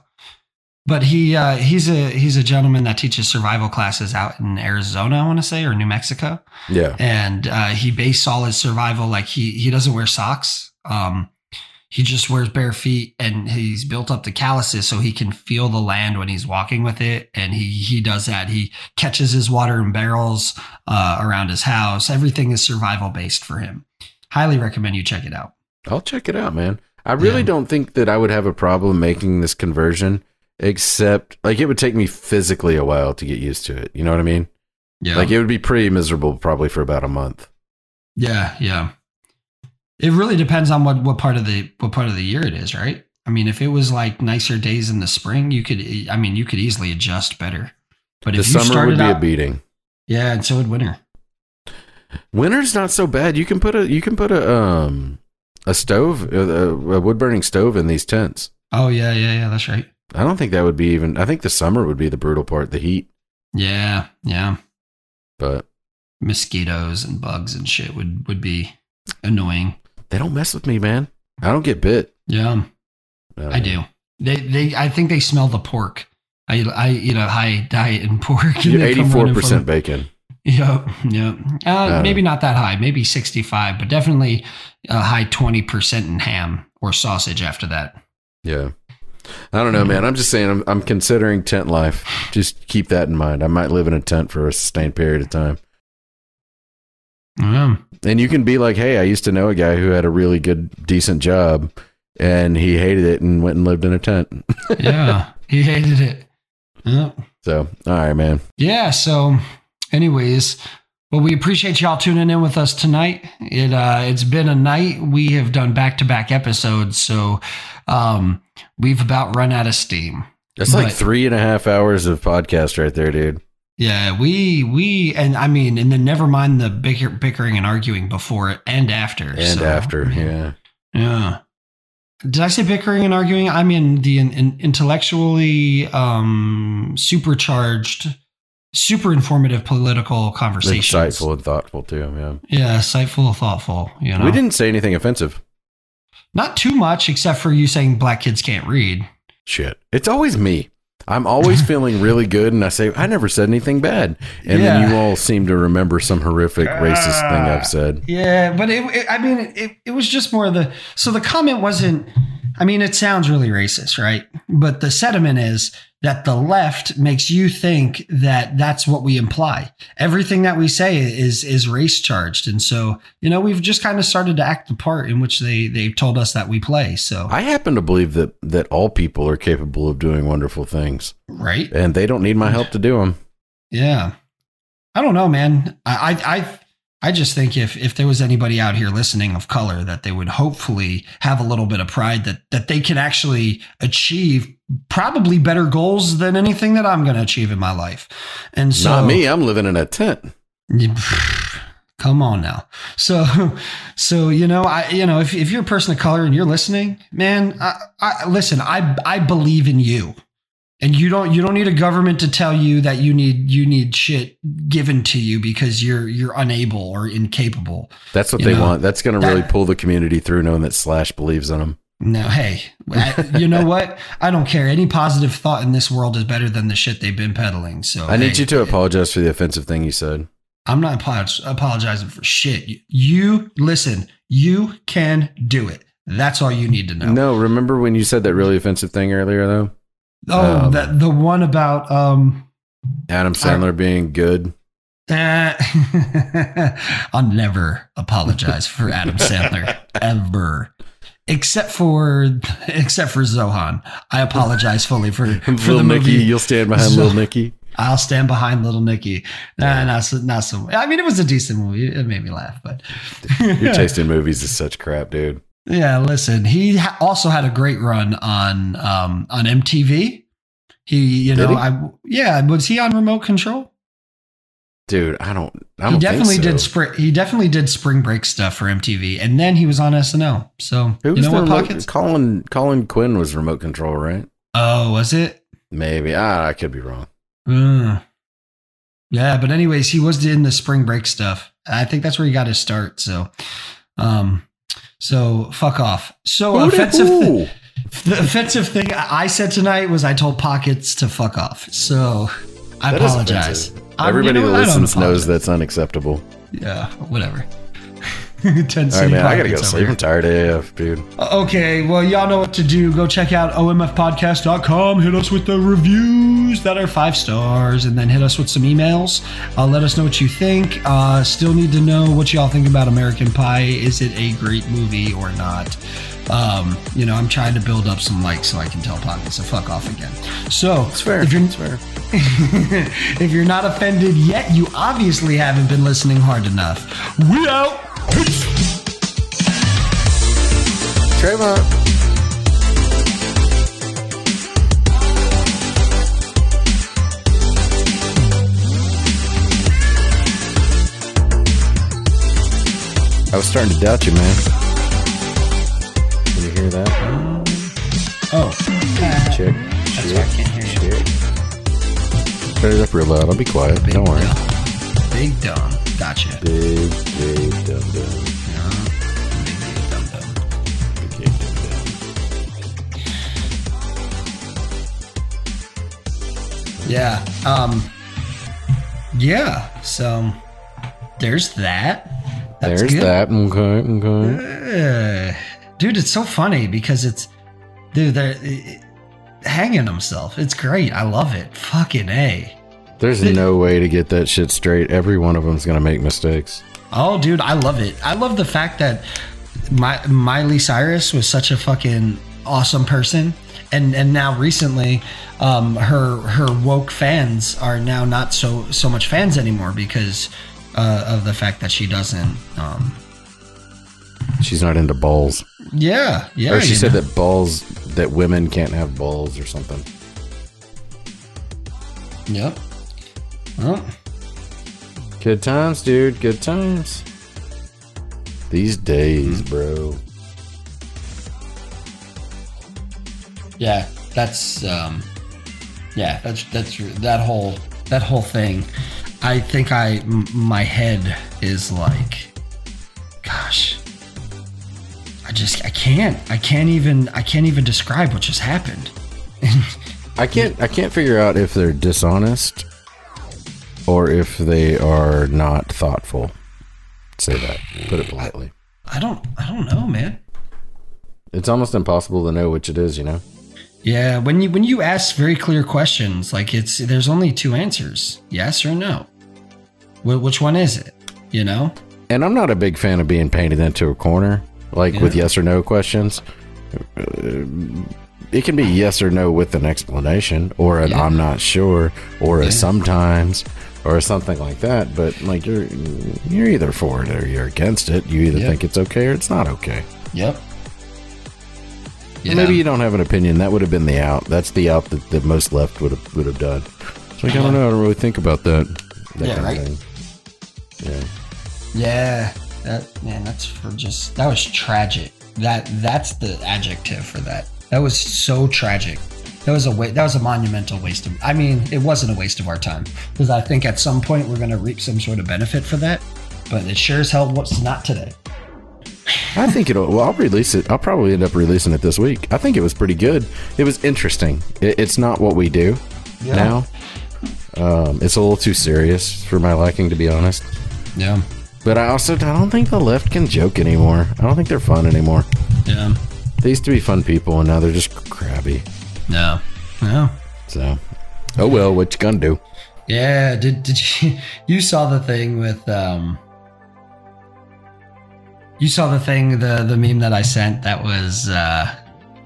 But he uh, he's a he's a gentleman that teaches survival classes out in Arizona, I want to say, or New Mexico. Yeah. and uh, he based all his survival like he he doesn't wear socks um he just wears bare feet and he's built up the calluses so he can feel the land when he's walking with it and he he does that he catches his water in barrels uh, around his house everything is survival based for him highly recommend you check it out I'll check it out, man. I really Yeah. don't think that I would have a problem making this conversion, except like it would take me physically a while to get used to it. You know what I mean? yeah Like it would be pretty miserable probably for about a month. yeah yeah it really depends on what what part of the what part of the year it is right i mean if it was like nicer days in the spring you could i mean you could easily adjust better but The if you summer started would be out, a beating. Yeah, and so would winter. Winter's not so bad. You can put a you can put a um a stove a, a wood burning stove in these tents. Oh yeah, yeah, yeah. That's right. I don't think that would be even. I think the summer would be the brutal part, the heat. Yeah, yeah. But Mosquitoes and bugs and shit would would be annoying. they don't mess with me, man. I don't get bit. Uh, Yeah, I do. They they I think they smell the pork. I I eat a high diet in pork. You're they eighty come four running from- percent bacon. Yep, yep. Uh, Uh, maybe not that high. Maybe sixty five, but definitely a high twenty percent in ham or sausage after that. Yeah. I don't know, man. I'm just saying, I'm, I'm considering tent life. Just keep that in mind. I might live in a tent for a sustained period of time. Wow. And you can be like, hey, I used to know a guy who had a really good, decent job and he hated it and went and lived in a tent. [laughs] yeah, he hated it. Yeah. So, all right, man. Yeah. So, anyways, well, we appreciate y'all tuning in with us tonight. It uh, it's been a night. We have done back to back episodes, so um, we've about run out of steam. That's But- like three and a half hours of podcast right there, dude. Yeah, we we and I mean, and then never mind the bicker, bickering and arguing before and after And so, after, yeah. yeah. Did I say bickering and arguing? I mean the in, in- intellectually um, supercharged, super informative political conversations. Insightful and thoughtful, too, man. Yeah, insightful, thoughtful. You know, We didn't say anything offensive. not too much except for you saying black kids can't read. Shit. It's always me. I'm [laughs] always feeling really good, and I say, I never said anything bad. And Yeah. Ah. then you all seem to remember some horrific racist thing I've said. Yeah, but it, it- I mean, it, it was just more of the. So the comment wasn't. I mean, it sounds really racist, right? But the sentiment is that the left makes you think that that's what we imply. Everything that we say is is race charged, and so you know we've just kind of started to act the part in which they they told us that we play. So I happen to believe that, that all people are capable of doing wonderful things, right, and they don't need my help to do them. yeah. I don't know, man. I I. I I just think if if there was anybody out here listening of color, that they would hopefully have a little bit of pride that that they can actually achieve probably better goals than anything that I'm going to achieve in my life. And so, Not me. I'm living in a tent. [laughs] Come on now. So, [laughs] so you know, I you know, if if you're a person of color and you're listening, man, I, I listen. I I believe in you, and you don't you don't need a government to tell you that you need you need shit given to you because you're you're unable or incapable. That's what You they know, want. That's going to really that- pull the community through, knowing that Slash believes in them. No, hey, [laughs] I- you know what? I don't care. Any positive thought in this world is better than the shit they've been peddling. So I need hey. you to apologize for the offensive thing you said. I'm not apolog- apologizing for shit. You, you- listen, you can do it. That's all you need to know. No, remember when you said that really offensive thing earlier, though? oh, um, that the one about um [laughs] Adam Sandler being good. eh, I'll never apologize for [laughs] Adam Sandler ever. Except for except for Zohan. I apologize fully for, [laughs] for Little the Nicky, movie. you'll stand behind So- Little Nicky. I'll stand behind Little Nicky. Nah, not so, not so. I mean, it was a decent movie. It made me laugh, but [laughs] Your taste in movies is such crap, dude. Yeah, listen, he ha- also had a great run on um, on MTV. He, you Did know, he? I yeah, was he on Remote Control? Dude, I don't. I don't He definitely think so. did spring. He definitely did Spring Break stuff for MTV, and then he was on SNL. So Who you was know the what remote- pockets? Colin Colin Quinn was remote control, right? Oh, was it? Maybe. Ah, I could be wrong. Mm. Yeah, but anyways, he was in the Spring Break stuff. I think that's where he got his start. So, um, so fuck off. So Who did offensive. thi- who? The offensive thing I I said tonight was I told Pockets to fuck off. So I That is apologize. offensive. I'm- Everybody you that know what? I don't listens knows apologize. that's unacceptable. Yeah, whatever. [laughs] Ten All right, city man. I gotta go Pockets sleep. over I'm tired AF, dude. here. Okay, well, y'all know what to do. Go check out omfpodcast.com. Hit us with the reviews that are five stars, and then hit us with some emails. Uh, let us know what you think. Uh, still need to know what y'all think about American Pie. Is it a great movie or not? Um, you know, I'm trying to build up some likes so I can tell Pockets to fuck off again. So, It's fair. if you're it's fair. [laughs] if you're not offended yet, you obviously haven't been listening hard enough. We out. Trayvon. I was starting to doubt you, man. Did you hear that? Oh, Check. that's why I can't hear you. Turn it up real loud. I'll be quiet. Big Don't worry. dumb. Big dumb. Gotcha. Big, big, dum dum. Big, big dumb dumb. Big, big, dum dum. Yeah. Um. Yeah. So there's that. That's There's good. that. Okay, okay. Uh, dude, it's so funny because it's dude. There, hanging himself. It's great. I love it. Fucking A. There's no way to get that shit straight. Every one of them's gonna make mistakes. Oh, dude, I love it. I love the fact that my, Miley Cyrus was such a fucking awesome person, and and now recently, um, her her woke fans are now not so so much fans anymore because uh, of the fact that she doesn't. Um, She's not into balls. yeah, yeah. or she you said know. that balls that women can't have balls or something. Yep. Well, Good times, dude. Good times. Hmm. These days, bro. yeah, that's um, yeah, that's that's that whole that whole thing. I think I m- my head is like, gosh, I just I can't I can't even I can't even describe what just happened. I can't I can't figure out if they're dishonest or if they are not thoughtful. Say that. Put it politely. I don't I don't know, man. It's almost impossible to know which it is, you know? Yeah, when you when you ask very clear questions, like it's there's only two answers, yes or no. Wh- which one is it? You know? And I'm not a big fan of being painted into a corner, like with yes or no questions. Uh, It can be yes or no with an explanation, or an I'm not sure, or a sometimes, or something like that. But like you're you're either for it or you're against it. You either Yeah. think it's okay or it's not okay. Yep. You Maybe know? you don't have an opinion. That would have been the out. That's the out that the most left would have would have done. It's like I don't know. I don't really think about that. that Uh-huh. Yeah, kind of right. thing. Yeah. Yeah, that man, that's for just that was tragic. That that's the adjective for that. That was so tragic. That was a wa- that was a monumental waste of. I mean, it wasn't a waste of our time because I think at some point we're going to reap some sort of benefit for that. But it sure as hell was not today. I think it'll. Well, I'll release it. I'll probably end up releasing it this week. I think it was pretty good. It was interesting. It, it's not what we do now. Um, it's a little too serious for my liking, to be honest. Yeah, But I also I don't think the left can joke anymore. I don't think they're fun anymore. yeah, They used to be fun people, and now they're just crabby. no, no. So, oh well, what you gonna do? Yeah, did did you [laughs] you saw the thing with um You saw the thing the the meme that I sent that was uh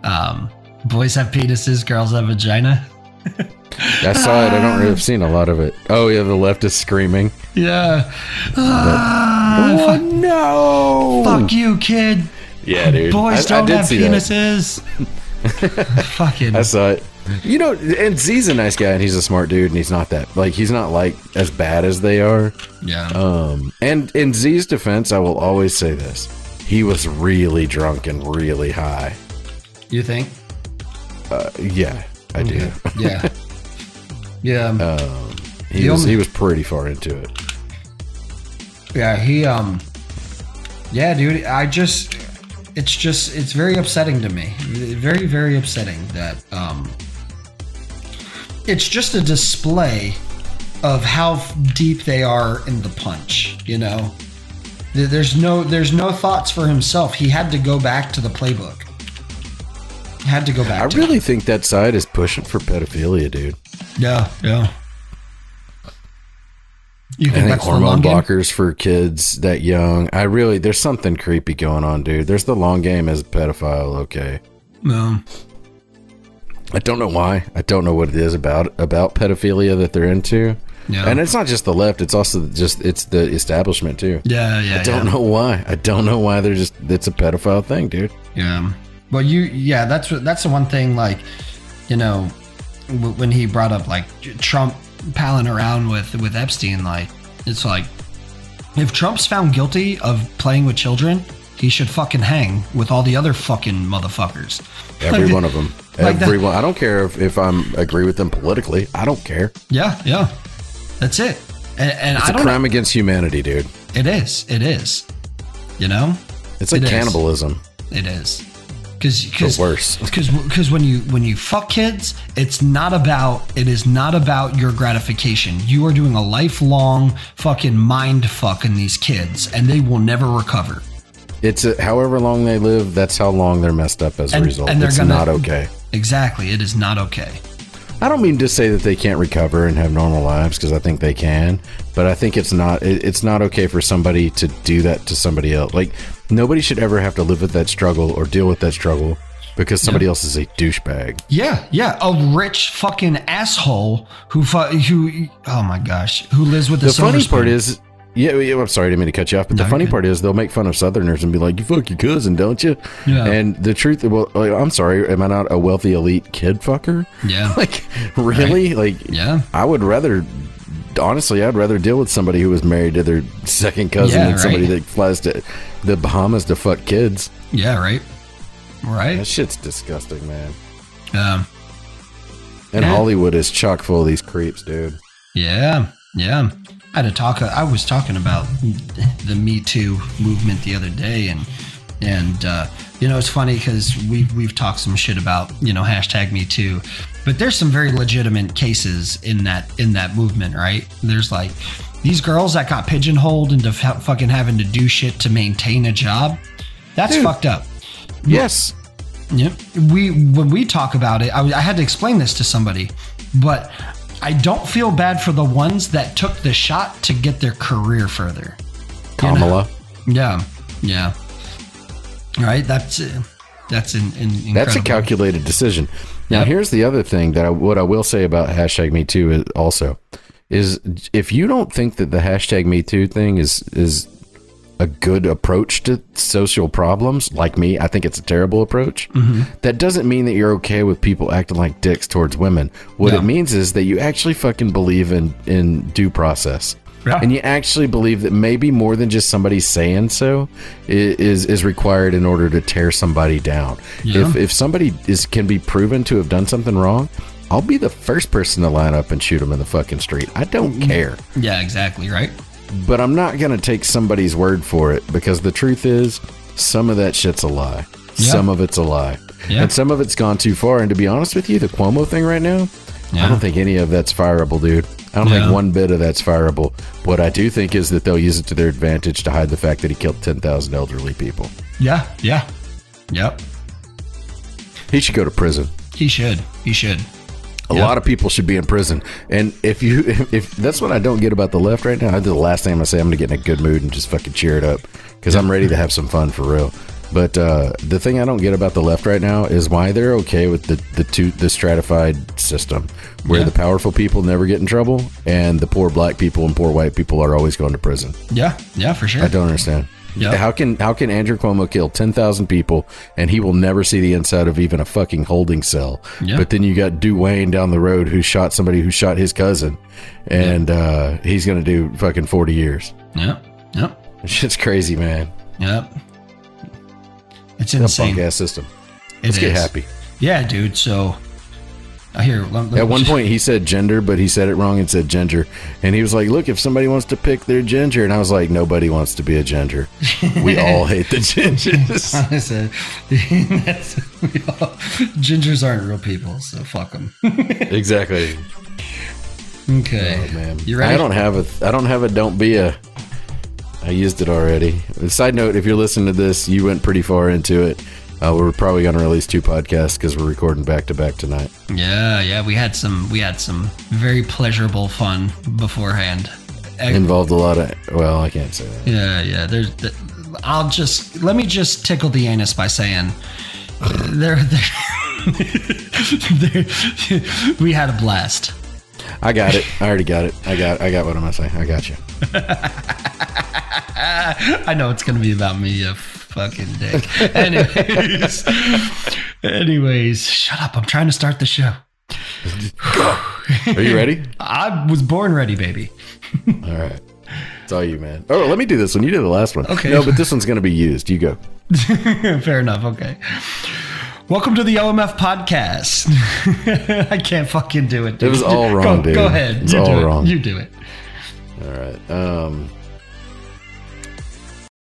um boys have penises, girls have vagina. I saw it. I don't really have seen a lot of it. Oh yeah, the left is screaming. Oh, Yeah. Ah, no! fuck, fuck you, kid. Yeah, dude. Boys I, I don't did have see that. penises. [laughs] Fucking I saw it. You know, and Z's a nice guy and he's a smart dude and he's not that like he's not like as bad as they are. yeah. Um and in Z's defense, I will always say this. He was really drunk and really high. you think? Yeah, I do. Yeah. yeah. [laughs] He The was only- he was pretty far into it. Yeah, he um Yeah, dude, I just it's just it's very upsetting to me. Very very upsetting that um it's just a display of how f- deep they are in the punch, you know. There- There's no there's no thoughts for himself. He had to go back to the playbook. He had to go back I to it. really think that side is pushing for pedophilia, dude. Yeah, yeah. You I think think that's the hormone long game? blockers for kids that young. I really there's something creepy going on, dude. There's the long game as a pedophile, okay. No. I don't know why. I don't know what it is about about pedophilia that they're into. Yeah. And it's not just the left, it's also just it's the establishment too. Yeah, yeah. I don't know why. I don't know why they're just it's a pedophile thing, dude. Yeah. Well, you, yeah, that's what, that's the one thing, like, you know, w- when he brought up like Trump palling around with, with Epstein, like, it's like, if Trump's found guilty of playing with children, he should fucking hang with all the other fucking motherfuckers. Every Like, one of them. like that- Everyone. I don't care if, if I'm agree with them politically. I don't care. [laughs] Yeah, yeah. That's it. And, and It's I a don't crime against humanity, dude. It is. It is. You know? It's like It is. cannibalism, It is. Because but worse. because because when you when you fuck kids it's not about it is not about your gratification you are doing a lifelong fucking mind fuck in these kids and they will never recover It's a, however long they live, that's how long they're messed up as a And- result. and they're it's gonna- not okay. Exactly. It is not okay. I don't mean to say that they can't recover and have normal lives because I think they can, but I think it's not it, it's not okay for somebody to do that to somebody else. Like nobody should ever have to live with that struggle or deal with that struggle because somebody else is a douchebag. Yeah, yeah, a rich fucking asshole who fu- who oh my gosh, who lives with a The silver funny spoon. part is, yeah, yeah, I'm sorry, I didn't mean to cut you off, but the No, you're funny good. part is they'll make fun of Southerners and be like, "You fuck your cousin, don't you?" Yeah. And the truth, well, like, I'm sorry, am I not a wealthy elite kid fucker? yeah, [laughs] Like, really? Like, yeah, I would rather, honestly, I'd rather deal with somebody who was married to their second cousin Yeah, than somebody right. that flies to the Bahamas to fuck kids. yeah, right, That right. shit's disgusting, man. Um, And Yeah. Hollywood is chock full of these creeps, dude. yeah, yeah. I had a talk. I was talking about the Me Too movement the other day, and and uh, you know it's funny because we we've talked some shit about you know hashtag Me Too, but there's some very legitimate cases in that in that movement, right? There's like these girls that got pigeonholed into fa- fucking having to do shit to maintain a job. That's Dude. fucked up. Yes. Yep. We when we talk about it, I, I had to explain this to somebody, but I don't feel bad for the ones that took the shot to get their career further. Kamala. Yeah, yeah. Right. That's uh, that's in, in incredible. That's a calculated decision. Now, Yep. here's the other thing that I, what I will say about hashtag Me Too is also is if you don't think that the hashtag Me Too thing is is a good approach to social problems, like me, I think it's a terrible approach. Mm-hmm. That doesn't mean that you're okay with people acting like dicks towards women. What No. it means is that you actually fucking believe in in due process. Yeah. And you actually believe that maybe more than just somebody saying so i- is is required in order to tear somebody down. Yeah. If if somebody is can be proven to have done something wrong, I'll be the first person to line up and shoot them in the fucking street. I don't Mm. care. yeah. Exactly. Right. But I'm not going to take somebody's word for it because the truth is, some of that shit's a lie. Yeah. Some of it's a lie. Yeah. And some of it's gone too far. And to be honest with you, the Cuomo thing right now, I Yeah. don't think any of that's fireable, dude. I don't Yeah. think one bit of that's fireable. What I do think is that they'll use it to their advantage to hide the fact that he killed 10,000 elderly people. Yeah. Yeah. Yep. He should go to prison. He should. He should. A Yeah. lot of people should be in prison. And if you, [laughs] if, if that's what I don't get about the left right now, I the last thing I'm gonna say, I'm gonna get in a good mood and just fucking cheer it up because I'm ready to have some fun for real. But uh, the thing I don't get about the left right now is why they're okay with the the two the stratified system where Yeah. the powerful people never get in trouble and the poor black people and poor white people are always going to prison. Yeah. Yeah. For sure. I don't understand. Yeah. How can how can Andrew Cuomo kill ten thousand people and he will never see the inside of even a fucking holding cell? Yeah. But then you got Duane down the road who shot somebody who shot his cousin, and uh, he's gonna do fucking forty years. [laughs] Yep. Yep. Shit's crazy, man. Yep. It's That insane. punk ass system. It Let's get is. happy. Yeah, dude. So I hear let, At one point, he said gender, but he said it wrong and said ginger. And he was like, "Look, if somebody wants to pick their ginger," and I was like, "Nobody wants to be a ginger. We [laughs] all hate the gingers." I said, [laughs] that's- we all- gingers aren't real people, so fuck them. exactly. [laughs] Okay, Oh, man. you ready? I don't have a. I don't have a. Don't be a. I used it already. Side note: If you're listening to this, you went pretty far into it. Uh, we're probably going to release two podcasts because we're recording back to back tonight. yeah, yeah. We had some, we had some very pleasurable fun beforehand. Ex- Involved a lot of. Well, I can't say that. Yeah, yeah. There's, th- I'll just let me just tickle the anus by saying there, [laughs] there, there we had a blast. I got it. I already got it. I got. I got what I'm going to say. I got you. I know it's gonna be about me, you fucking dick. Anyways, anyways, shut up. I'm trying to start the show. Are you ready? I was born ready, baby. [laughs] All right. It's all you, man. Oh, let me do this one. You did the last one. Okay. No, but this one's going to be used. You go. Fair enough. Okay. Welcome to the OMF podcast. [laughs] I can't fucking do it. Dude. was all wrong, go, dude. Go ahead. It's you all do wrong. It. You do it. All right. Um.